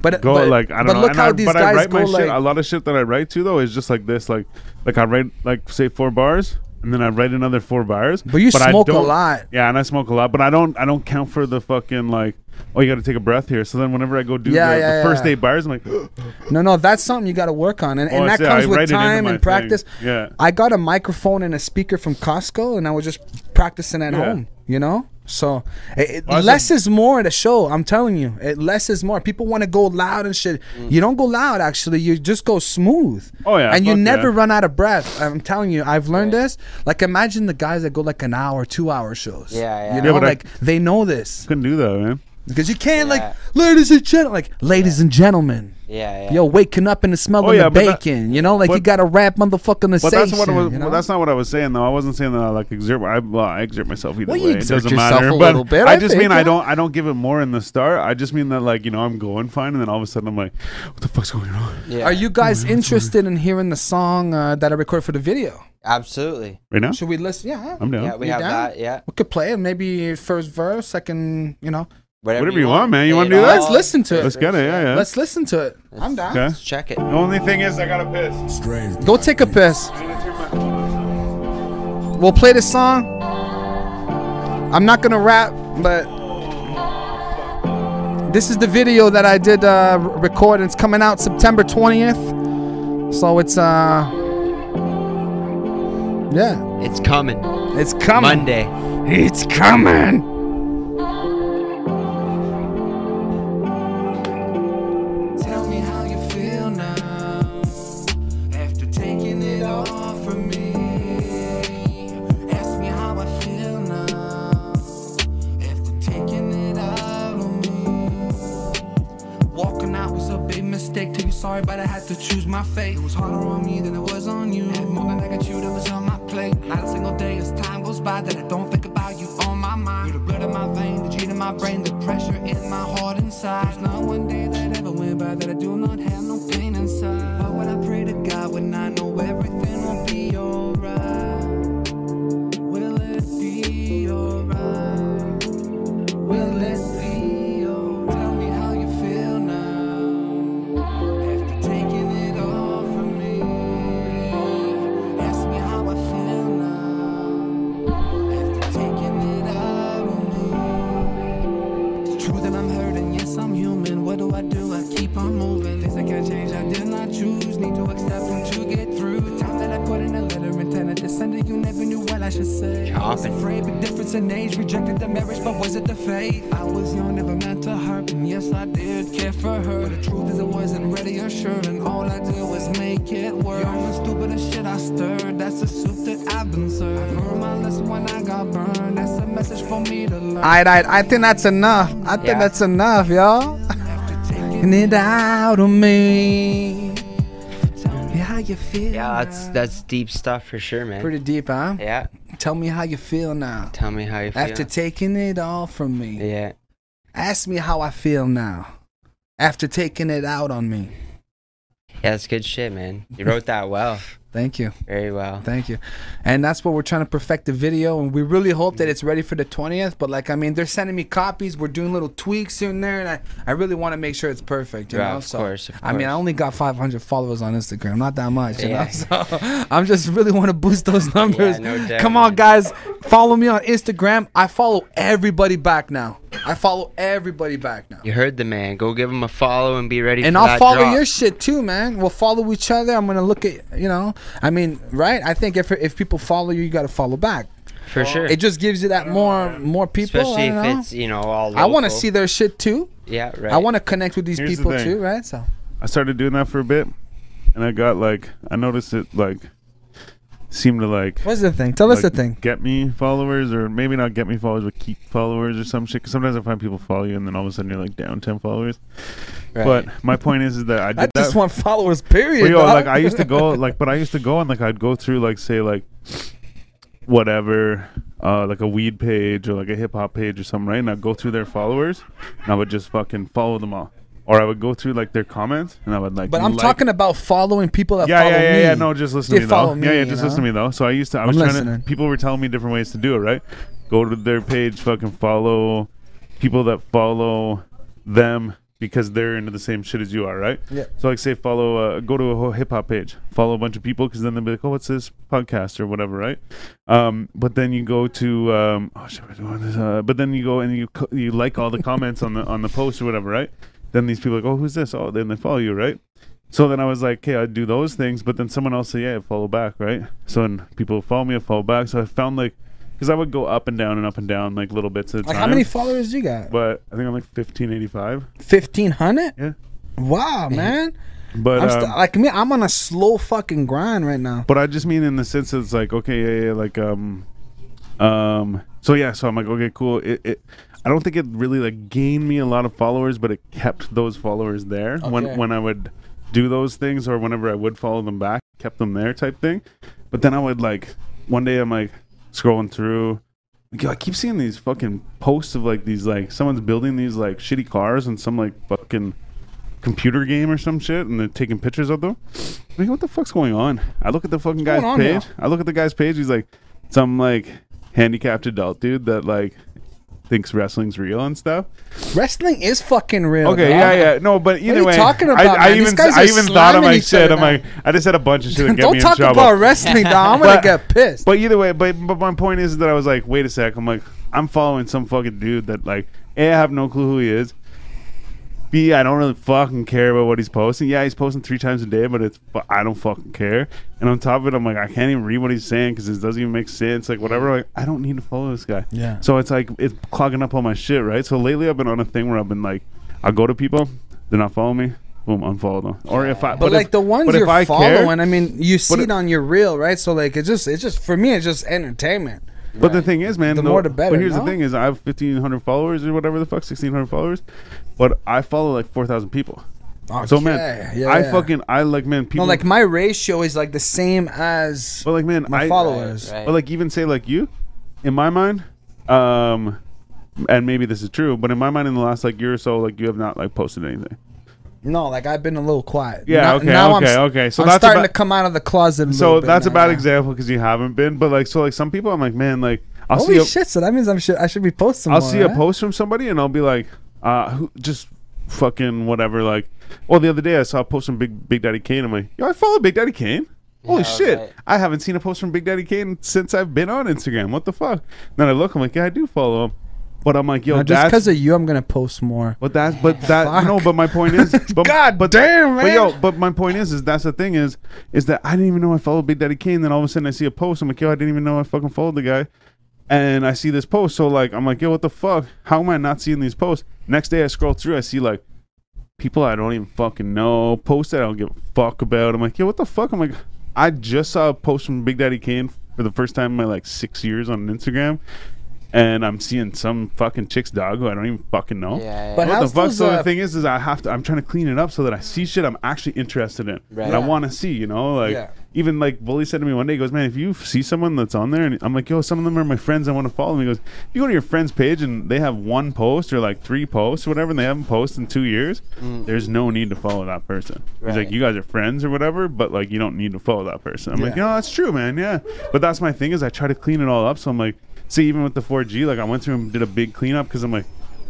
D: but
A: go
D: but,
A: like I don't
D: but
A: know.
D: look
A: And
D: how
A: I,
D: these
A: but
D: guys
A: I write
D: go
A: my
D: like.
A: shit. A lot of shit that I write to though is just like this. Like like I write like say four bars and then I write another four bars.
D: But you
A: I
D: smoke a
A: don't-
D: lot.
A: Yeah, and I smoke a lot, but I don't I don't count for the fucking like. Oh, you got to take a breath here. So then whenever I go do
D: Yeah,
A: the,
D: yeah,
A: the
D: yeah.
A: first eight bars, I'm like,
D: No, no, that's something you got to work on, and, and
A: Oh,
D: that
A: see, I
D: comes
A: write
D: with
A: it into
D: time
A: my
D: and
A: thing.
D: practice.
A: Yeah.
D: I got a microphone and a speaker from Costco, and I was just practicing at
A: Yeah.
D: home. You know, so it, it-
A: Well, that's
D: less
A: a-
D: is more at a show. I'm telling you, it, less is more. People want to go loud and shit. You don't go loud actually. You just go smooth.
A: Mm. Oh, yeah,
D: and you
A: fuck
D: never
A: yeah.
D: run out of breath. I'm telling you, I've learned
B: Right.
D: this. Like imagine the guys that go like an hour, two hour shows.
B: Yeah, yeah.
D: You
B: Yeah,
D: know,
A: but I-
D: like they know this
A: Couldn't do that, man.
D: because you can't
B: Yeah.
D: like ladies and gentlemen, like ladies and gentlemen.
B: Yeah, yeah.
D: Yo, waking up and the smell
A: Oh,
D: of
A: yeah,
D: the
A: but that-
D: bacon. you know, like you
A: but-
D: got to wrap motherfucking the
A: But
D: station.
A: that's what I was,
D: you
A: well,
D: know?
A: that's not what I was saying though. I wasn't saying that I like exert. I, well, I exert myself either
C: Well, you
A: way.
C: exert
A: it doesn't
C: yourself
A: matter. but
C: a little bit,
A: I
C: I
A: just
C: think,
A: mean
C: yeah.
A: I don't. I don't give it more in the start. I just mean that like you know I'm going fine, and then all of a sudden I'm like, what the fuck's going on?
B: yeah.
D: Are you guys interested in hearing the song uh, that I recorded for the video?
B: absolutely?
A: Right now,
D: Should we listen? Yeah,
A: I'm down.
B: Yeah, we
D: You
B: have
D: down?
B: that. Yeah,
D: we could play it. Maybe first verse, second. You know,
B: whatever,
A: Whatever you want, man. You
B: Play
A: wanna
B: it
A: do that?
B: all.
D: Let's listen to it.
A: Let's get it. Yeah, yeah.
D: let's listen to it. I'm down.
A: okay.
B: Let's check it.
A: The only thing is I gotta piss.
E: Strange.
D: Go take a piss.
A: I need to turn my phone off.
D: We'll play this song. I'm not gonna rap, but this is the video that I did uh, r- record. It's coming out September 20th, so it's uh, yeah,
B: It's coming
D: it's coming.
B: Monday.
D: It's coming. Tell me how you feel now after taking it all from me. Ask me how I feel now after taking it out on me. Walking out was a big mistake. Tell you sorry, but I had to choose my fate. It was harder on me than it was on you. Had more than I could chew that was on my plate. Not a single day as time goes by that I don't think about you on my mind. You're the blood in my vein, the gene in my brain, the pressure in my heart inside. There's not one day that ever went by that I do not have no pain inside. Why would I pray to God when I know everything will be alright? Will it be alright? Will it be oh, Tell me how you feel now after taking it all from me. Ask me how I feel now after taking it out on me. It's true that I'm hurting, yes, I'm human. What do I do? I keep on moving. Things I can't change, I did not choose. Need to accept them to get through. The time that I put in a letter intended to send it, you never knew what I should say. I was
B: Chopping.
D: afraid, but difference in age. Rejected the marriage, but was it the faith? I was young, never meant to hurt, and yes, I did care for her. But the truth is, I wasn't ready or sure, and all I did was make it work. Young and stupid as shit I stirred, that's the soup that I've been served. I learned my lesson when I got burned, that's a message for me to learn. Alright, I think that's enough. I think
B: Yeah. that's
D: enough, y'all. And it out of me. Yeah, how you feel?
B: Yeah, that's that's deep stuff for sure, man.
D: pretty deep, huh?
B: yeah.
D: Tell me how you feel now.
B: Tell me how you feel.
D: After taking it all from me.
B: yeah.
D: Ask me how I feel now after taking it out on me.
B: Yeah, that's good shit, man. You wrote that well.
D: Thank you.
B: Very well.
D: Thank you. And that's what we're trying to perfect the video. And we really hope that it's ready for the 20th. But, like, I mean, they're sending me copies. We're doing little tweaks here and there. And I, I really want to make sure it's perfect. You
B: Yeah,
D: know?
B: of course, of
D: I mean, I
B: course.
D: only got 500 followers on Instagram. Not that much. You
B: Yeah.
D: know? So I'm just really want to boost those numbers.
B: no doubt,
D: Come on,
B: man.
D: guys. Follow me on Instagram. I follow everybody back now. I follow everybody back now.
B: You heard the man. Go give him a follow and be ready.
D: and
B: for
D: I'll
B: that
D: follow
B: drop.
D: your shit too, man. We'll follow each other. I'm gonna look at you know. I mean, right? I think if if people follow you, you gotta follow back.
B: for sure.
D: It just gives you that more more people.
B: Especially
D: I
B: if
D: don't know.
B: it's you know all. Local.
D: I want to see their shit too.
B: Yeah, right.
D: I want to connect with these
A: Here's the
D: people
A: thing.
D: too, right? So
A: I started doing that for a bit, and I got like I noticed it like seemed to like
D: what's the thing? Tell us the
A: like,
D: thing.
A: Get me followers, or maybe not get me followers, but keep followers or some shit. 'Cause sometimes I find people follow you, and then all of a sudden you're like down ten followers.
B: Right.
A: But my point is, is that I did
D: I
A: that.
D: just want followers. Period.
A: Well, yo,
D: dog.
A: like I used to go, like, but I used to go and like I'd go through like say like whatever, uh, like a weed page or like a hip hop page or something, right? And I'd go through their followers, and I would just fucking follow them all. Or I would go through like their comments, and I would like.
D: but I'm
A: like-
D: talking about following people that
A: yeah,
D: follow
A: yeah, yeah,
D: me.
A: yeah. No, just listen
D: They
A: to me
D: follow
A: though. yeah, yeah,
D: me,
A: just
D: you
A: listen to
D: know?
A: me though. So I used to. I was
D: I'm
A: trying
D: listening.
A: to. People were telling me different ways to do it. Right, go to their page, fucking follow people that follow them because they're into the same shit as you are. Right.
D: Yeah.
A: So like, say follow. Uh, go to a whole hip hop page, follow a bunch of people because then they'll be like, oh, what's this podcast or whatever, right? Um, but then you go to um, oh shit, we're doing this. Uh, but then you go and you co- you like all the comments on the on the post or whatever, right? Then these people are like, oh, who's this? Oh, then they follow you, right? So then I was like, okay, I'd do those things, but then someone else said, yeah, follow back, right? So then people follow me, I follow back. So I found like because I would go up and down and up and down like little bits at a
D: Like,
A: time.
D: how many followers do you got?
A: But I think I'm like 1585.
D: Fifteen hundred.
A: Yeah.
D: Wow, man.
A: But
D: I'm
A: um,
D: st- like me. I'm on a slow fucking grind right now.
A: But I just mean in the sense that it's like okay, yeah, yeah, like um, um. So yeah, so I'm like okay, cool. It, it I don't think it really like gained me a lot of followers, but it kept those followers there
D: Okay.
A: when when I would do those things or whenever I would follow them back, kept them there type thing. But then I would like one day I'm like scrolling through. Yo, I keep seeing these fucking posts of like these like someone's building these like shitty cars and some like fucking computer game or some shit, and they're taking pictures of them. I mean, what the fuck's going on? I look at the fucking guy's
D: What's going on
A: page. I look at the guy's page. He's like some like handicapped adult dude that like thinks wrestling's real and stuff.
D: Wrestling is fucking real.
A: Okay,
D: dog.
A: yeah, yeah. No, but either
D: you
A: way,
D: talking
A: I-
D: about,
A: I,
D: man? These
A: even
D: guys
A: I
D: are
A: even thought of
D: slamming
A: my
D: each
A: shit.
D: other
A: I'm
D: now.
A: like, I just said a bunch of shit that get
D: Don't
A: me in
D: talk
A: trouble.
D: about wrestling, dog. I'm gonna
A: But-
D: get pissed.
A: But either way, but, but my point is that I was like, wait a sec. I'm like, I'm following some fucking dude that like, a I have no clue who he is. B I don't really fucking care about what he's posting. Yeah, he's posting three times a day, but it's but I don't fucking care. And on top of it, I'm like, I can't even read what he's saying because it doesn't even make sense. Like whatever. Like I don't need to follow this guy.
D: Yeah.
A: So it's like it's clogging up all my shit, right? So lately, I've been on a thing where I've been like, I go to people, they're not following me. Boom, unfollow them. Or if I,
D: but, like
A: if-
D: the ones
A: but if
D: you're
A: I care-
D: following, I mean, you see
A: if-
D: it on your reel, right? So like, it's just, it's just for me, it's just entertainment.
A: But the thing is, man,
D: The more the better,
A: But here's
D: no?
A: the thing: is I have fifteen hundred followers or whatever the fuck, sixteen hundred followers, but I follow like four thousand people. So man,
D: Okay, yeah,
A: I
D: yeah.
A: fucking I like man
D: No,
A: people
D: like my ratio is like the same as
A: But like man,
D: my
A: I,
D: followers.
B: Right, right.
A: But like even say like you, in my mind, um, and maybe this is true, but in my mind, in the last like year or so, like you have not like posted anything.
D: No, like I've been a little quiet.
A: Yeah,
D: Now-
A: okay,
D: now I'm
A: okay,
D: s-
A: okay. So
D: I'm
A: that's
D: starting
A: about-
D: to come out of the closet. A
A: So
D: little bit
A: that's a
D: now,
A: bad
D: yeah.
A: example because you haven't been. But like so, like some people, I'm like man, like I'll
D: Holy
A: see a,
D: shit! So that means I'm should I should be posting.
A: I'll
D: more,
A: see a
D: right?
A: post from somebody and I'll be like, uh, who, just fucking whatever. Like, well, the other day I saw a post from Big Big Daddy Kane. I'm like, yo, I follow Big Daddy Kane. Holy
B: Yeah,
A: shit!
B: right.
A: I haven't seen a post from Big Daddy Kane since I've been on Instagram. What the fuck? Then I look, I'm like, yeah, I do follow him, but I'm like, yo,
D: Now, just
A: that's
D: because of you, I'm gonna post more.
A: but that's but that no.
D: Fuck.
A: But my point is, but,
D: God
A: but,
D: damn,
A: But
D: man.
A: yo, but my point is, is that's the thing is, is that I didn't even know I followed Big Daddy Kane. Then all of a sudden I see a post. I'm like, yo, I didn't even know I fucking followed the guy. And I see this post, so like I'm like, yo, what the fuck? How am I not seeing these posts? Next day I scroll through, I see like people I don't even fucking know, posts that I don't give a fuck about. I'm like, yo, what the fuck? I'm like, I just saw a post from Big Daddy Kane for the first time in my like six years on Instagram, and I'm seeing some fucking chick's dog who I don't even fucking know.
B: Yeah,
D: But
A: What
B: yeah.
D: how's
A: the fuck?
D: those,
A: So
D: uh,
A: the thing is, is I have to. I'm trying to clean it up so that I see shit I'm actually interested in
B: Right.
A: that I
B: Yeah.
A: want to see. You know, like
D: Yeah.
A: even like Bully said to me one day, he goes, "Man, if you see someone that's on there," and I'm like, "Yo, some of them are my friends. I want to follow them." He goes, "If you go to your friend's page and they have one post or like three posts or whatever, and they haven't posted in two years, there's no need to follow that person." He's
B: Right.
A: like, "You guys are friends or whatever, but like you don't need to follow that person." I'm like,
D: Yeah.
A: "You know, that's true, man. Yeah." But that's my thing is I try to clean it all up. So I'm like, see, even with the 4G, like I went through and did a big cleanup because I'm like.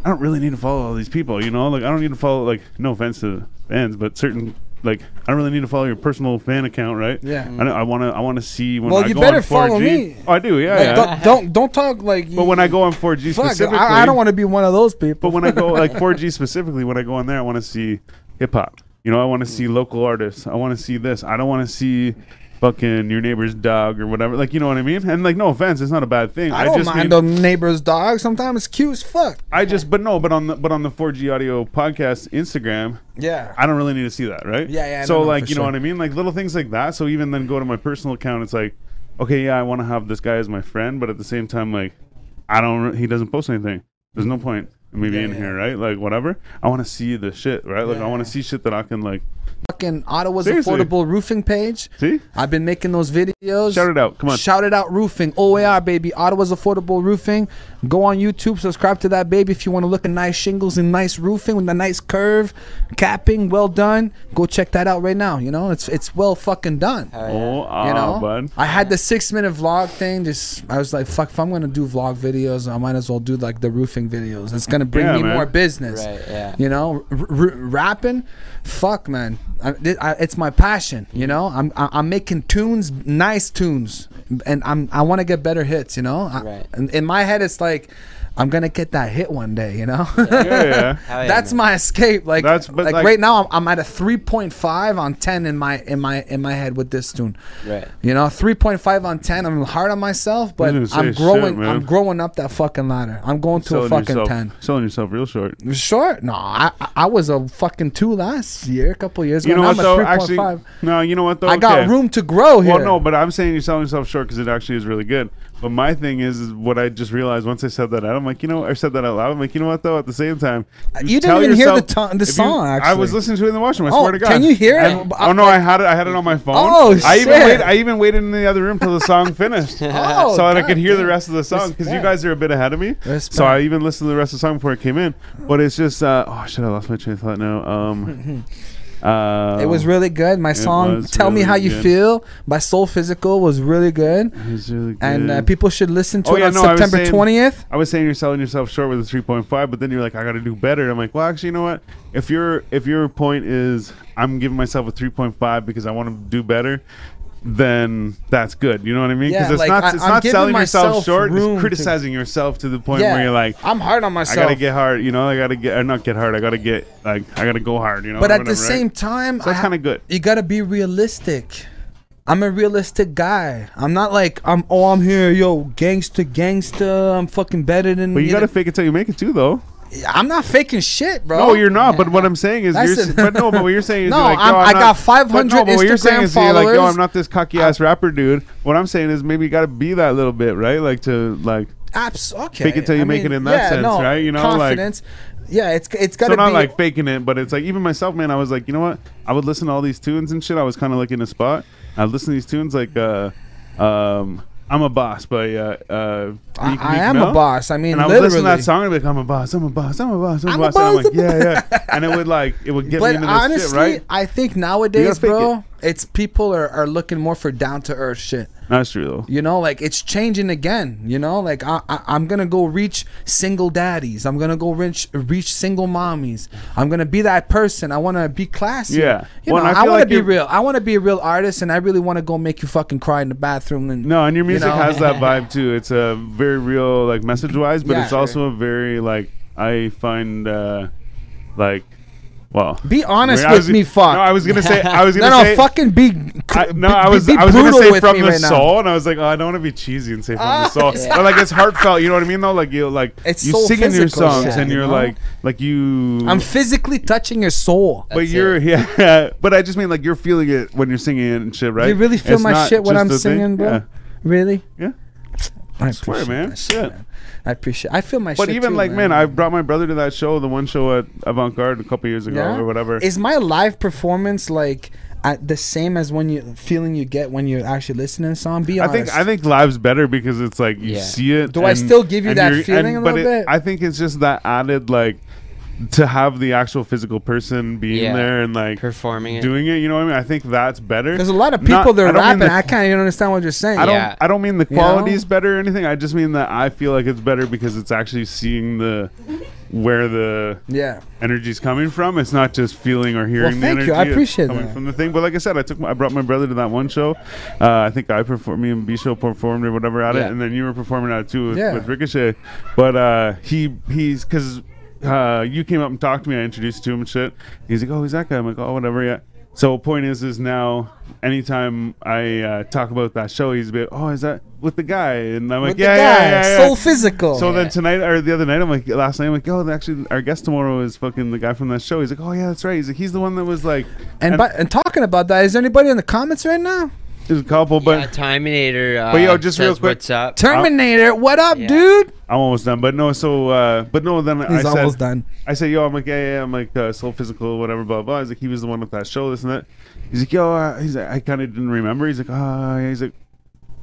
A: I don't really need to follow all these people, you know. Like I don't need to follow like no offense to fans, but certain like I don't really need to follow your personal fan account, right?
D: Yeah.
A: I, don't- I want to. I want to see when.
D: Well,
A: I
D: you
A: go
D: better
A: on 4G.
D: follow me.
A: Oh, I do. Yeah.
D: Like,
A: yeah.
D: don't, don't don't talk like.
A: but when I go on 4G
D: fuck,
A: specifically,
D: I, I don't want to be one of those people.
A: But when I go like 4G specifically, when I go on there, I want to see hip hop. You know, I want to see local artists. I want to see this. I don't want to see fucking your neighbor's dog or whatever. Like you know what I mean? And like no offense, it's not a bad thing.
D: I don't
A: just mean-
D: mind the neighbor's dog. Sometimes it's cute as fuck.
A: I just but no, but on the but on the 4G audio podcast Instagram,
D: Yeah.
A: I don't really need to see that, right?
D: Yeah, yeah,
A: So
D: no, no,
A: like,
D: for
A: you know
D: sure.
A: what I mean? Like little things like that. So even then, go to my personal account. It's like, okay, yeah, I want to have this guy as my friend, but at the same time, like, I don't. re- He doesn't post anything. There's no point in me being
D: yeah.
A: here, right? Like whatever. I want to see the shit, right? Like
D: Yeah.
A: I want to see shit that I can like
D: Fucking Ottawa's
A: Seriously.
D: affordable roofing page.
A: see.
D: I've been making those videos.
A: Shout it out. Come on.
D: Shout it out roofing. OAR, baby. Ottawa's Affordable Roofing. Go on YouTube, subscribe to that, baby, if you want to look at nice shingles and nice roofing with a nice curve, capping, well done. Go check that out right now. You know, it's it's well fucking done.
B: Hell yeah.
A: Oh, ah,
D: You know,
A: bud.
D: I had the six minute vlog thing. Just I was like, fuck, if I'm gonna do vlog videos, I might as well do like the roofing videos. It's gonna bring
A: Yeah,
D: me
A: man.
D: more business.
B: Right, yeah.
D: You know, r- r- rapping, fuck, man. I, thi- I, it's my passion. You know, I'm I- I'm making tunes, nice tunes, and I'm I want to get better hits. You know, I,
B: Right.
D: in, in my head, it's like I'm gonna get that hit one day, you know.
A: yeah, yeah.
B: Hell yeah,
D: That's
B: man.
D: my escape. Like,
A: That's- but,
D: like,
A: like-
D: right now, I'm, I'm at a 3.5 on 10 in my in my in my head with this tune.
B: Right.
D: You know, 3.5 on 10. I'm hard on myself, but
A: I was gonna
D: I'm
A: say,
D: growing.
A: shit, man.
D: I'm growing up that fucking ladder. I'm going to a
A: Selling
D: fucking
A: yourself,
D: 10.
A: selling yourself real short.
D: Sure. No, I I- I was a fucking two last year, a couple years ago.
A: You know
D: Now
A: what though?
D: I'm a 3.5.
A: Actually, no. You know what though?
D: I got
A: Okay.
D: room to grow here.
A: Well, no, but I'm saying you're selling yourself short because it actually is really good. But my thing is, is what I just realized once I said that out, I'm like, you know, I said that out loud. I'm like, you know what though? At the same time,
D: Uh, you didn't
A: tell
D: even hear the
A: yourself-
D: ton- the
A: if you-
D: song,
A: I was
D: actually.
A: listening to it in the washroom. I
D: Oh,
A: swear to God.
D: can you hear it?
A: And-
D: Yeah.
A: oh no, I had it. I had it on my phone.
D: Oh,
A: I even
D: shit.
A: wait, I even waited in the other room till the song finished, so
D: Oh,
A: that I
D: God
A: could hear the
D: damn.
A: rest of the song because you
D: Respect.
A: guys are a bit ahead of me. So
D: Respect.
A: I even listened to the rest of the song before it came in. But it's just, uh, oh shit, I lost my train of thought now. Um, uh,
D: It was really good. My song
A: was
D: "Tell Me
A: really
D: How You
A: good.
D: Feel" by Soul Physical was really good,
A: it was really
D: and uh,
A: good.
D: people should listen to
A: Oh,
D: it
A: yeah,
D: on
A: no, I was
D: September
A: saying-
D: twentieth.
A: I was saying you're selling yourself short with a 3.5, but then you're like, I got to do better. I'm like, well, actually, you know what? If your if your point is I'm giving myself a 3.5 because I want to do better, then that's good. You know what I mean? Because
D: Yeah,
A: it's
D: like,
A: not
D: I-
A: it's
D: I'm
A: not
D: giving
A: selling yourself
D: myself
A: short.
D: room
A: It's
D: to-
A: criticizing yourself to the point where you're like,
D: I'm hard on
A: I
D: myself.
A: gotta get hard. You know, I gotta get or not get hard. I gotta get like I gotta go hard. You know,
D: but
A: or
D: at the
A: whatever, right?
D: same time,
A: So that's
D: I-
A: kinda good.
D: You gotta be realistic. I'm a realistic guy. I'm not like I'm. Oh, I'm here, yo, gangsta, gangsta. I'm fucking better than.
A: But you
D: know-
A: gotta fake it till you make it too, though.
D: I'm not faking shit, bro.
A: No, Oh, you're not. But what I'm saying is, you're,
D: That's
A: s-
D: it.
A: but no, but what you're saying is,
D: Oh, No,
A: you're like, yo,
D: I'm-
A: I'm
D: I
A: not-
D: got 500
A: but no, but what you're saying
D: Instagram
A: is you're like, yo,
D: followers.
A: I'm not this cocky ass rapper dude. What I'm saying is, maybe you got to be that little bit, right? Like to like.
D: Abs- okay.
A: Fake it till you make it in that sense, right? You know, like-
D: confidence. yeah, it's it's
A: So
D: gotta
A: not
D: be
A: like faking it, but it's like even myself, man. I was like, you know what? I would listen to all these tunes and shit. I was kind of like in a spot. I listen to these tunes like, uh, um, "I'm a Boss" by uh, uh,
D: I,
A: Meek-
D: I
A: Meek
D: am
A: Mill.
D: a boss. I mean,
A: And I would
D: literally.
A: listen to that song and be like, "I'm a boss, I'm a boss, I'm a boss, I'm,
D: I'm
A: a
D: a
A: boss," and I'm
D: boss,
A: like,
D: I'm a
A: "Yeah, yeah," and it would like it would get me
D: But
A: into this
D: honestly,
A: shit, right?
D: I think nowadays,
A: fake
D: bro, it's people are, are looking more for down to earth shit.
A: That's true though.
D: You know, like it's changing again. You know, like I, I I'm gonna go reach single daddies. I'm gonna go reach reach single mommies. I'm gonna be that person. I want to be classy.
A: Yeah.
D: you
A: Well,
D: know,
A: and I
D: I,
A: feel
D: want
A: like
D: to be
A: you're-
D: real. I want to be a real artist, and I really want to go make you fucking cry in the bathroom. And
A: No, and your music
D: know?
A: has that vibe too. It's a very real, like message wise, but
D: Yeah,
A: it's
D: sure.
A: also a very like I find uh like well.
D: be honest
A: I
D: with
A: was-
D: me, fuck.
A: No, I was gonna say I was
D: no,
A: gonna
D: no,
A: say
D: fucking be.
A: I,
D: be-
A: no, I was
D: be
A: I was gonna
D: brutal
A: say
D: with
A: from
D: me
A: the
D: right now. Ah,
A: soul, and I was like, oh, I don't want to be cheesy and say from the soul,
B: yeah.
A: but like it's heartfelt. You know what I mean? Though, like you like
D: It's
A: you
D: soul
A: singing your
D: physical
A: songs,
D: shit,
A: and
D: you
A: you're
D: know?
A: like like you.
D: I'm physically touching your soul.
A: but
B: That's
A: you're yeah. But I just mean like you're feeling it when you're singing it and shit, right?
D: You really feel
A: It's
D: my
A: not
D: shit when
A: just
D: I'm
A: a thing.
D: singing, bro?
A: Yeah.
D: Really?
A: Yeah.
D: I
A: swear,
D: appreciate
A: man.
D: that shit,
A: Shit.
D: man. I appreciate. I feel my shit.
A: But even
D: too,
A: like, man. I brought my brother to that show, the one show at Avant Garde a couple years ago
D: Yeah?
A: or whatever.
D: is my live performance like at the same as when you feeling you get when you're actually listening to a song? Be
A: I
D: honest.
A: think I think live's better because it's like you
B: Yeah.
A: see it.
D: Do I still give you
A: and
D: that
A: you're-
D: feeling a
A: but
D: little
A: it-
D: bit?
A: I think it's just that added like to have the actual physical person being
B: Yeah.
A: there and like
B: performing it.
A: doing it. You know what I mean? I think that's better.
D: there's a lot of
A: Not-
D: people that
A: I
D: are
A: don't mean
D: rapping.
A: the-
D: I can't even understand what you're saying.
A: I don't.
B: Yeah.
A: I don't mean the
D: You know?
A: quality is better or anything. I just mean that I feel like it's better because it's actually seeing the where the
D: yeah.
A: energy's coming from. It's not just feeling or hearing.
D: thank
A: the energy.
D: you. I
A: It's
D: appreciate
A: coming
D: that.
A: from the thing. But like I said, I took my, I brought my brother to that one show. Uh, I think I performed, me and B show performed or whatever at
B: Yeah.
A: it, and then you were performing at it too with,
D: Yeah.
A: with Ricochet. But uh, he he's because uh, you came up and talked to me. I introduced you to him and shit. He's like, oh, who's that guy? I'm like, oh, whatever. Yeah. So point is, is now anytime I uh, talk about that show, he's a bit, oh, is that with the guy? And I'm like,
D: With
A: yeah,
D: the
A: yeah,
D: guy,
A: yeah, yeah.
D: soul physical.
A: So
B: Yeah.
A: then tonight or the other night, I'm like last night, I'm like, oh, actually, our guest tomorrow is fucking the guy from that show. He's like, oh yeah, that's right. He's like, he's the one that was like,
D: and, by, and talking about that, is there anybody in the comments right now?
A: there's a couple, but
B: yeah, Terminator. Uh,
A: But yo, just
B: says
A: real quick-
B: what's up?
D: Terminator, what up,
B: Yeah.
D: dude?
A: I'm almost done. But no, so uh, but no, then I
D: He's
A: said,
D: almost done.
A: I said, yo, I'm like, yeah, yeah, yeah. I'm like, uh, soul physical, whatever, blah blah. He's like, he was the one with that show, this and that. He's like, yo, uh, he's like, I kind of didn't remember. He's like, ah, yeah. he's like.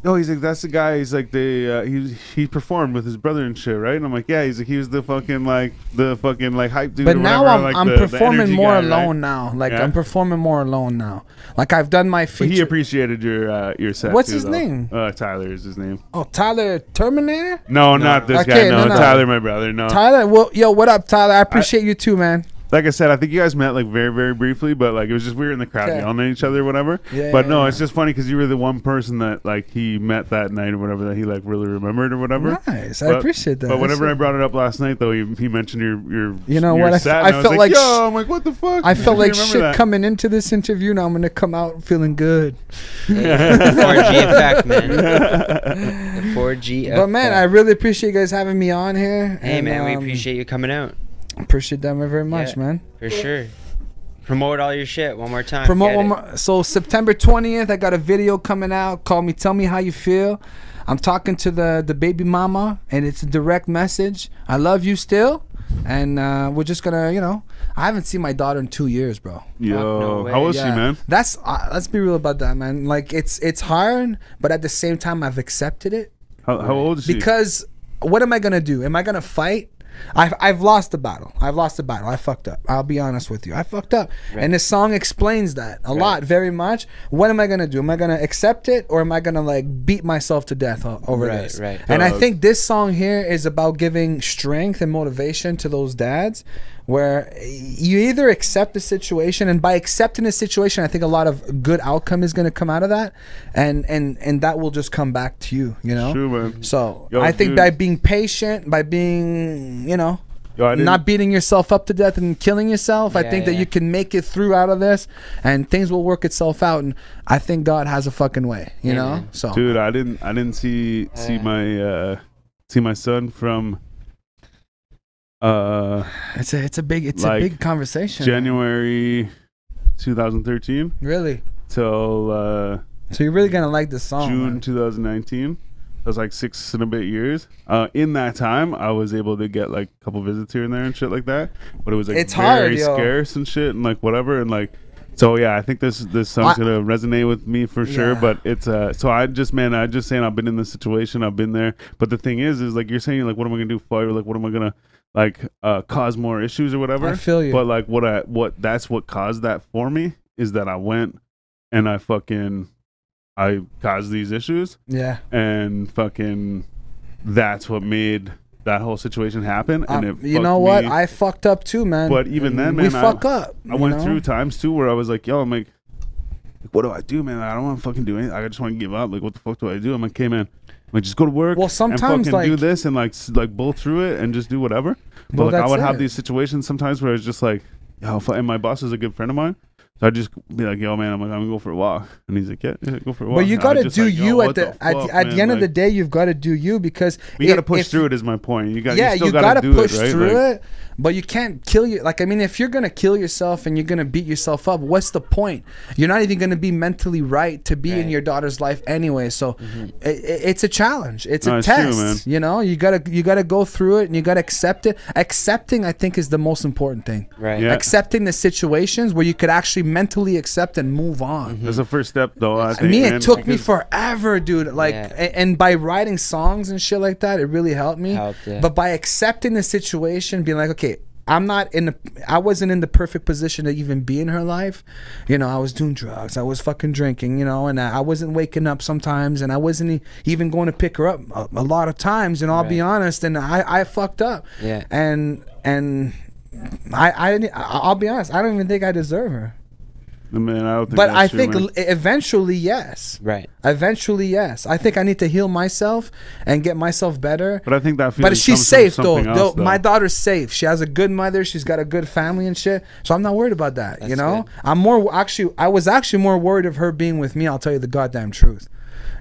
A: No, he's like that's the guy. He's like the uh, he he performed with his brother and shit, right? And I'm like, yeah. He's like he was the fucking like the fucking like hype dude.
D: But
A: or
D: now
A: whatever,
D: I'm,
A: like,
D: I'm
A: the- the
D: performing
A: energy
D: more
A: guy, right?
D: alone now. Like
A: Yeah.
D: I'm performing more alone now. Like I've done my
A: But he
D: feature.
A: appreciated your uh, your set.
D: What's
A: too,
D: his
A: though.
D: name?
A: Uh, Tyler is his name.
D: oh, Tyler Terminator.
A: No, not this guy.
D: Okay,
A: No,
D: no, no.
A: Tyler, my brother. No.
D: Tyler, well, yo, what up, Tyler? I appreciate you too, man.
A: like I said, I think you guys met like very, very briefly, but like it was just we were in the crowd
D: Okay.
A: yelling at each other, or whatever.
D: Yeah,
A: but
D: yeah,
A: no,
D: yeah.
A: it's just funny because you were the one person that like he met that night or whatever that he like really remembered or whatever.
D: Nice. I
A: But-
D: appreciate that.
A: But whenever I
D: That's-
A: brought it up last night, though, he, he mentioned your your
D: You know
A: your
D: what? I f-
A: set, and
D: I
A: was
D: felt
A: like,
D: like
A: yo,
D: sh-
A: I'm like, what the fuck?
D: I felt
A: You
D: like
A: remember
D: shit
A: that?
D: coming into this interview. Now I'm gonna come out feeling good.
B: the 4G effect, man. The 4G.
D: But man, I
B: effect.
D: really appreciate you guys having me on here.
B: hey
D: and,
B: man, we
D: um,
B: appreciate you coming out
D: appreciate them very
B: Yeah.
D: much, man.
B: for sure. Promote all your shit one more time.
D: Promote
B: Get
D: one
B: it.
D: more. So September 20th, I got a video coming out. Call me, tell me how you feel. I'm talking to the the baby mama, and it's a direct message. I love you still, and uh, we're just gonna, you know, I haven't seen my daughter in two years, bro.
A: Yo,
B: No way.
A: how was
D: Yeah.
A: she, man?
D: That's uh, let's be real about that, man. Like it's it's hard, but at the same time, I've accepted it
A: How, how old is she?
D: because what am I gonna do? Am I gonna fight? I've, I've lost the battle. I've lost the battle. I fucked up. I'll be honest with you. I fucked up. And this song explains that a lot, very much. What am I gonna do? Am I gonna accept it or am I gonna like beat myself to death o- over
B: Right,
D: this?
B: right.
D: And I
A: Dog.
D: think this song here is about giving strength and motivation to those dads, where you either accept the situation, and by accepting the situation, I think a lot of good outcome is gonna come out of that, and and and that will just come back to you. You know.
A: True, man.
D: So
A: Yo,
D: I think
A: dude.
D: by being patient, by being you know,
A: Yo, I didn't-
D: not beating yourself up to death and killing yourself, I
B: Yeah,
D: think that
B: yeah.
D: you can make it through out of this, and things will work itself out. And I think God has a fucking way, you know.
B: Amen.
D: So
A: dude i didn't i didn't see see
B: Uh.
A: my uh see my son from uh
D: it's a it's a big it's
A: Like,
D: a big conversation.
A: january 2013
D: Really.
A: till uh
D: So you're really gonna like this song.
A: june
D: man.
A: 2019 that was like six and a bit years uh in that time i was able to get like a couple visits here and there and shit like that but it was like
D: It's
A: very
D: hard, yo.
A: scarce and shit and like whatever and like so yeah, I think this this song's
D: I-
A: gonna resonate with me for sure.
D: Yeah.
A: But it's uh, so I just man, I just saying I've been in this situation, I've been there. But the thing is, is like you're saying, like what am I gonna do for you? Like what am I gonna like uh cause more issues or whatever?
D: I feel you.
A: But like what I what that's what caused that for me is that I went and I fucking I caused these issues
D: Yeah.
A: and fucking that's what made that whole situation happen. And
D: Um,
A: it
D: you
A: fucked
D: know what?
A: me.
D: I fucked up too, man.
A: But even then,
D: we
A: man, I-
D: fuck up.
A: I
D: you
A: went
D: know?
A: through times too where I was like, yo, I'm like, like, what do I do, man? I don't want to fucking do anything. I just want to give up. Like, what the fuck do I do? I'm like, okay, man. I'm like, just go to work.
D: Well, sometimes,
A: and fucking do
D: like-
A: this and like s- like bull through it and just do whatever. But
D: Well,
A: like, I
D: that's
A: would have
D: it.
A: these situations sometimes where it's just like, yo, fu- and my boss is a good friend of mine. So I just be like, yo, man, I'm like, I'm gonna go for a walk, and he's like, yeah, yeah, go for a walk.
D: But you
A: And I'm
D: gotta
A: just
D: do
A: like, yo,
D: you
A: what
D: at the,
A: fuck,
D: at, the at
A: man?
D: the end of the
A: Like,
D: day. You've got to do you because
A: We gotta
D: if-
A: push
D: if-
A: through it. Is my point. You got
D: yeah,
A: you, still
D: you
A: gotta,
D: gotta,
A: do
D: push
A: it, right?
D: through
A: Like,
D: it, but you can't kill your. Like, I mean, if you're gonna kill yourself and you're gonna beat yourself up, what's the point? You're not even gonna be mentally right to be in
B: Right.
D: your daughter's life anyway. So, i i it's a challenge. It's
A: Mm-hmm. No,
D: a
A: it's true,
D: test.
A: man.
D: You know, you gotta you gotta go through it and you gotta accept it. Accepting, I think, is the most important thing.
B: Right.
A: Yeah.
D: Accepting the situations where you could actually mentally accept and move on.
A: That's the first step, though. I
D: I
A: think.
D: mean,
A: man,
D: it took me
A: because-
D: forever, dude. Like,
B: Yeah.
D: a- and by writing songs and shit like that, it really helped me.
B: Helped, yeah.
D: But by accepting the situation, being like, okay, I'm not in the, I wasn't in the perfect position to even be in her life. You know, I was doing drugs, I was fucking drinking, you know, and I, I wasn't waking up sometimes, and I wasn't e- even going to pick her up a, a lot of times. And I'll be
B: Right.
D: honest, and I, I fucked up.
B: Yeah.
D: And and I, I didn't. I- I'll be honest, I don't even think I deserve her.
A: Man, I don't think
D: But
A: that's
D: I
A: true,
D: think
A: man.
D: l- eventually, yes.
B: Right.
D: Eventually, yes. I think I need to heal myself and get myself better.
A: But I think that feeling
D: But she's
A: comes from
D: safe though.
A: something else,
D: though. My daughter's safe. She has a good mother. She's got a good family and shit. So I'm not worried about that. you
B: That's
D: know,
B: good.
D: I'm more actually. I was actually more worried of her being with me. I'll tell you the goddamn truth.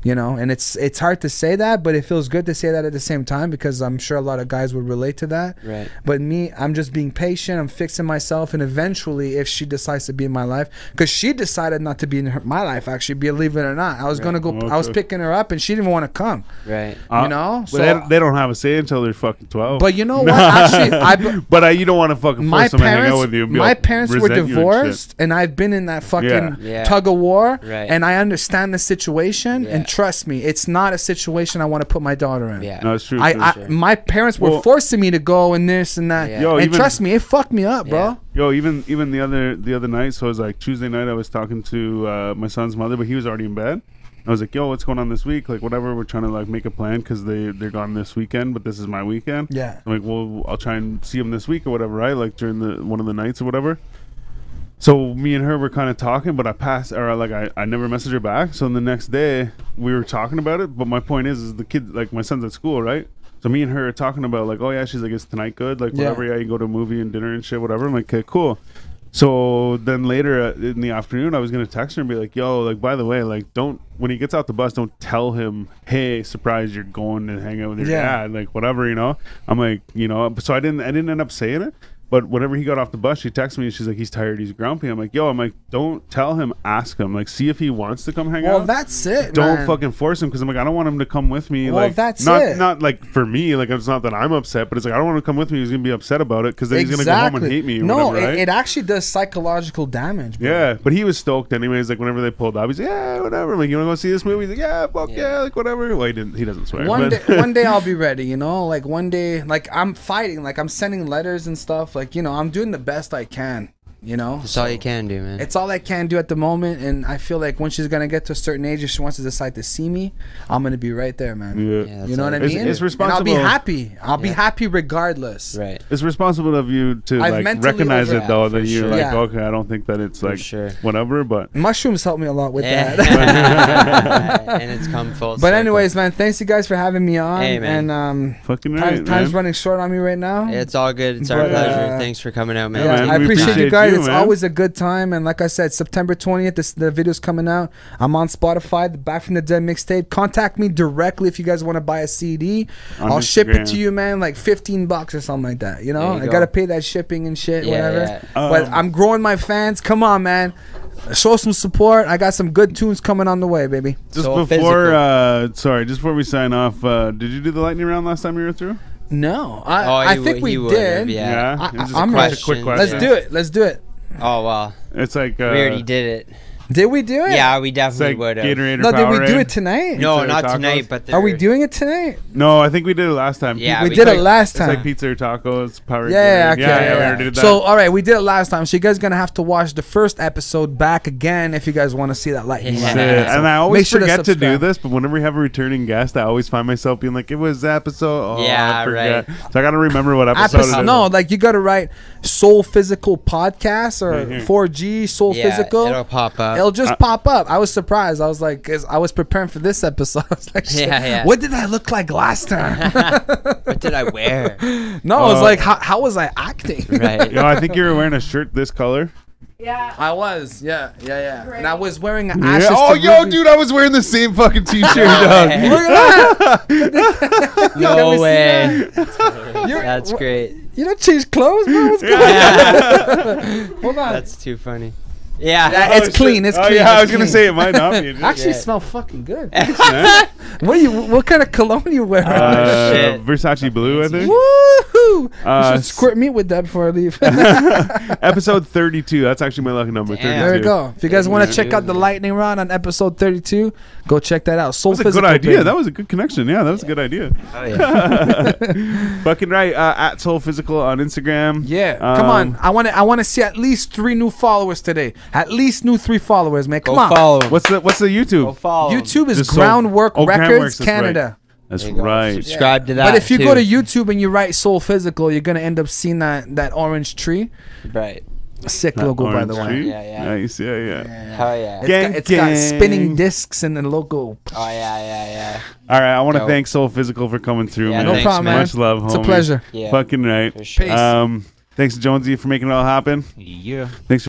D: You know, and it's it's hard to say that, but it feels good to say that at the same time because I'm sure a lot of guys would relate to that.
B: Right.
D: But me, I'm just being patient. I'm fixing myself, and eventually, if she decides to be in my life, because she decided not to be in her, my life, actually, believe it or not, I was gonna go. I was
A: Okay.
D: picking her up, and she didn't want to come.
B: Right.
A: Uh,
D: you know,
A: but they, they don't have a say until they're fucking twelve.
D: But you know what? Actually, I be-
A: but uh, you don't want to fucking force
D: my
A: them to hang out
D: parents,
A: with you. and be
D: my
A: like,
D: parents were
A: resent you and shit.
D: divorced, and, I've been in that fucking
A: Yeah.
B: Yeah.
D: tug of war,
B: Right.
D: and I understand the situation,
B: Yeah.
D: and trust me, it's not a situation I want to put my daughter in.
B: Yeah.
A: No, it's true.
D: I,
A: true.
D: I my parents were
A: Well-
D: forcing me to go and this and that.
B: Yeah. Yo,
D: and
A: even-
D: trust me, it fucked me up,
B: Yeah.
D: bro.
A: Yo, even even the other the other night, so it was like Tuesday night. I was talking to uh, my son's mother, but he was already in bed. I was like, "Yo, what's going on this week? Like, whatever. We're trying to like make a plan because they they're gone this weekend, but this is my weekend.
D: Yeah.
A: I'm like, well, I'll try and see him this week or whatever, right? Like during the one of the nights or whatever. So me and her were kind of talking, but I passed or like I, I never messaged her back. So the next day we were talking about it. But my point is, is the kid like my son's at school, right? So me and her are talking about like, oh yeah, she's like, is tonight good? Like
D: Yeah.
A: whatever, yeah, you can go to a movie and dinner and shit, whatever. I'm like, okay, cool. So then later uh, in the afternoon, I was gonna text her and be like, yo, like by the way, like don't when he gets out the bus, don't tell him, hey, surprise, you're going to hang out with your
D: Yeah.
A: dad and, like whatever, you know. I'm like, you know, so I didn't I didn't end up saying it. But whenever he got off the bus, she texted me and she's like, he's tired, he's grumpy. I'm like, yo, I'm like, don't tell him, ask him, like, see if he wants to come hang
D: Well,
A: out.
D: that's it.
A: don't
D: man.
A: fucking force him because I'm like, I don't want him to come with me.
D: Well,
A: like,
D: that's
A: not
D: it.
A: not like for me, like it's not that I'm upset, but it's like I don't want him to come with me. He's gonna be upset about it because then he's gonna go home and hate me. Or
D: no,
A: whatever, right?
D: it, it actually does psychological damage. Bro.
A: Yeah, but he was stoked anyways. Like whenever they pulled up, he's like, yeah, whatever. I'm like you wanna go see this movie? He's like, yeah, fuck yeah,
B: Yeah.
A: like whatever. Well, he didn't. He doesn't swear.
D: One day,
A: but-
D: one day I'll be ready. You know, like one day, like I'm fighting, like I'm sending letters and stuff. Like you know, I'm doing the best I can. You know,
B: That's all you can do, man.
D: it's all I can do at the moment, and I feel like when she's gonna get to a certain age, if she wants to decide to see me, I'm gonna be right there, man.
A: yeah.
B: Yeah,
D: You know what I
B: Mm, all-
A: It's-
D: mean?
A: it's
D: And I'll be
A: responsible.
D: happy. I'll be
B: Yeah.
D: happy regardless.
B: Right.
A: It's responsible of you to
D: I've
A: like
D: mentally
A: recognize it
D: overlapped,
A: though
B: for
A: that you're
B: sure.
A: like
D: Yeah.
A: okay, I don't think that it's like
B: sure.
A: whatever, but
D: Mushrooms helped me a lot with that.
B: and it's come full.
D: But
B: circle.
D: anyways, man, thanks you guys for having me on.
B: Hey, man.
D: And um,
A: fucking
D: time,
A: right,
D: time's
A: man.
D: running short on me right now.
B: it's all good. It's our
D: But,
B: pleasure.
D: uh,
B: Thanks for coming out, man.
A: Yeah,
D: Yeah,
A: man,
D: I
A: we
D: appreciate,
A: appreciate
D: you guys.
A: you,
D: it's
A: man.
D: always a good time. And like I said, September 20th, this, the video's coming out. I'm on Spotify, the Back from the Dead mixtape. Contact me directly if you guys want to buy a CD.
A: On
D: I'll ship it
A: Instagram.
D: to you, man, like 15 bucks or something like that. You know,
B: There you
D: I
B: go.
D: got to pay that shipping and shit,
B: Yeah,
D: whatever.
B: yeah.
D: But
A: Um,
D: I'm growing my fans. Come on, man. Show some support. I got some good tunes coming on the way, baby.
A: Just
B: So
A: before,
B: physical.
A: uh, sorry, just before we sign off, uh, did you do the lightning round last time you were through?
D: No, I,
B: Oh,
D: I
B: you
D: think
B: would-
D: we
B: you would have,
D: did.
A: Yeah,
B: yeah.
D: I-
A: It was
D: I- I'm
A: a bunch of
B: ready.
A: quick
D: Let's
A: questions.
B: Yeah.
D: do it. Let's do it.
B: Oh wow,
A: It's like uh,
B: we already did it.
D: Did we do it?
B: Yeah, we
A: It's
B: definitely
A: like
B: would have.
A: Gatorade or
D: No, did we do
A: Powerade.
D: it tonight?
B: No,
A: Pizza or
B: not
A: tacos?
B: tonight. But
D: Are we
B: there-
D: doing it tonight?
A: No, I think we did it last time.
B: Yeah,
A: Pe-
D: we
B: we
D: did
B: did.
D: it last
A: It's
D: time.
A: like pizza or tacos, Powerade.
D: yeah,
A: Gatorade.
D: okay.
A: yeah, yeah, we already did that.
D: So, all right, we did it last time. So you guys gonna have to watch the first episode back again if you guys want to see that lightning.
B: Yeah.
A: That's
D: round.
A: it.
D: So
A: and I
D: make
A: always
D: sure
A: forget to do
D: subscribe.
A: this, but whenever we have a returning guest, I always find myself being like, "It was episode." Oh,
B: Yeah,
A: I forgot. So I got to remember what episode.
D: Episode,
A: it is.
D: no, like you gotta write Soul Physical Podcast or
A: Mhm.
D: 4G Soul
B: Yeah,
D: Physical.
B: It'll
D: It'll,
B: pop up.
D: just
A: I-
D: pop up. I was surprised. I was like, 'cause I was preparing for this episode. I was like, shit,
B: Yeah, yeah.
D: what did I look like last time?
B: what did I wear?
D: no, I was
A: Oh.
D: like, how, how was I acting?
B: Right.
A: Yo, I think you were wearing a shirt this color.
E: Yeah.
D: I was, yeah, yeah, yeah. And I
E: Great.
D: was wearing an ashes.
A: Oh,
D: to
A: yo,
D: Ruby-
A: dude, I was wearing the same fucking t-shirt, dog.
D: Look at that! Let me
B: No
D: see
B: way.
D: You're-
B: That's
D: wh-
B: great.
D: You don't change clothes, bro. What's going on? Hold on.
B: That's too funny. Yeah.
D: Yeah,
A: Oh,
D: it's
A: shit.
D: clean, it's
A: oh,
D: clean,
A: Yeah, I
D: it's
A: was gonna
D: clean.
A: say it might not be.
D: Actually,
B: Yeah.
D: smell fucking good. what you? What kind of cologne you wearing? oh,
A: uh,
B: shit.
A: Versace blue, I think.
D: Woohoo!
A: Uh,
D: you should squirt me with that before I leave.
A: Episode 32. That's actually my lucky number.
B: Damn.
A: 32.
D: there we go. If you guys want to check out the
B: Yeah.
D: lightning round on episode 32, go check that out. Soul
A: That was a
D: Physical.
A: good idea.
D: baby.
A: That was a good connection. Yeah, that was a good idea.
B: Oh, yeah.
A: Fucking right. Uh, at Soul Physical on Instagram.
D: yeah, come
A: Um,
D: on. I want to. I want to see at least three new followers today. At least new three followers, man. Come
B: Go
D: on.
B: follow him.
A: What's the What's the
B: Go
A: YouTube?
B: follow him.
D: YouTube is
A: Just so-
D: Oh, Groundwork
A: Oh,
D: Records
A: Groundworks, that's right.
D: Canada.
A: That's
B: There you go.
A: right.
B: Subscribe to that.
D: but if you
B: too.
D: go to YouTube and you write Soul Physical, you're gonna end up seeing that that orange tree.
B: right.
D: Sick
A: That
D: logo, by
A: orange
D: the way.
A: tree?
B: Yeah, yeah.
A: Nice. Yeah, yeah.
B: Hell Oh, yeah.
D: It's got,
A: Gang,
D: it's got spinning
A: gang.
D: discs and the logo.
B: Oh yeah, yeah, yeah.
A: All right. I want to
B: Yo.
A: thank Soul Physical for coming through,
B: Yeah,
A: man.
D: No
B: Thanks,
D: problem, man.
B: man.
A: Much love, homie.
D: It's a pleasure.
B: Yeah.
A: Fucking right.
B: For sure.
D: Peace.
A: Um, thanks, Jonesy, for making it all happen.
C: Yeah.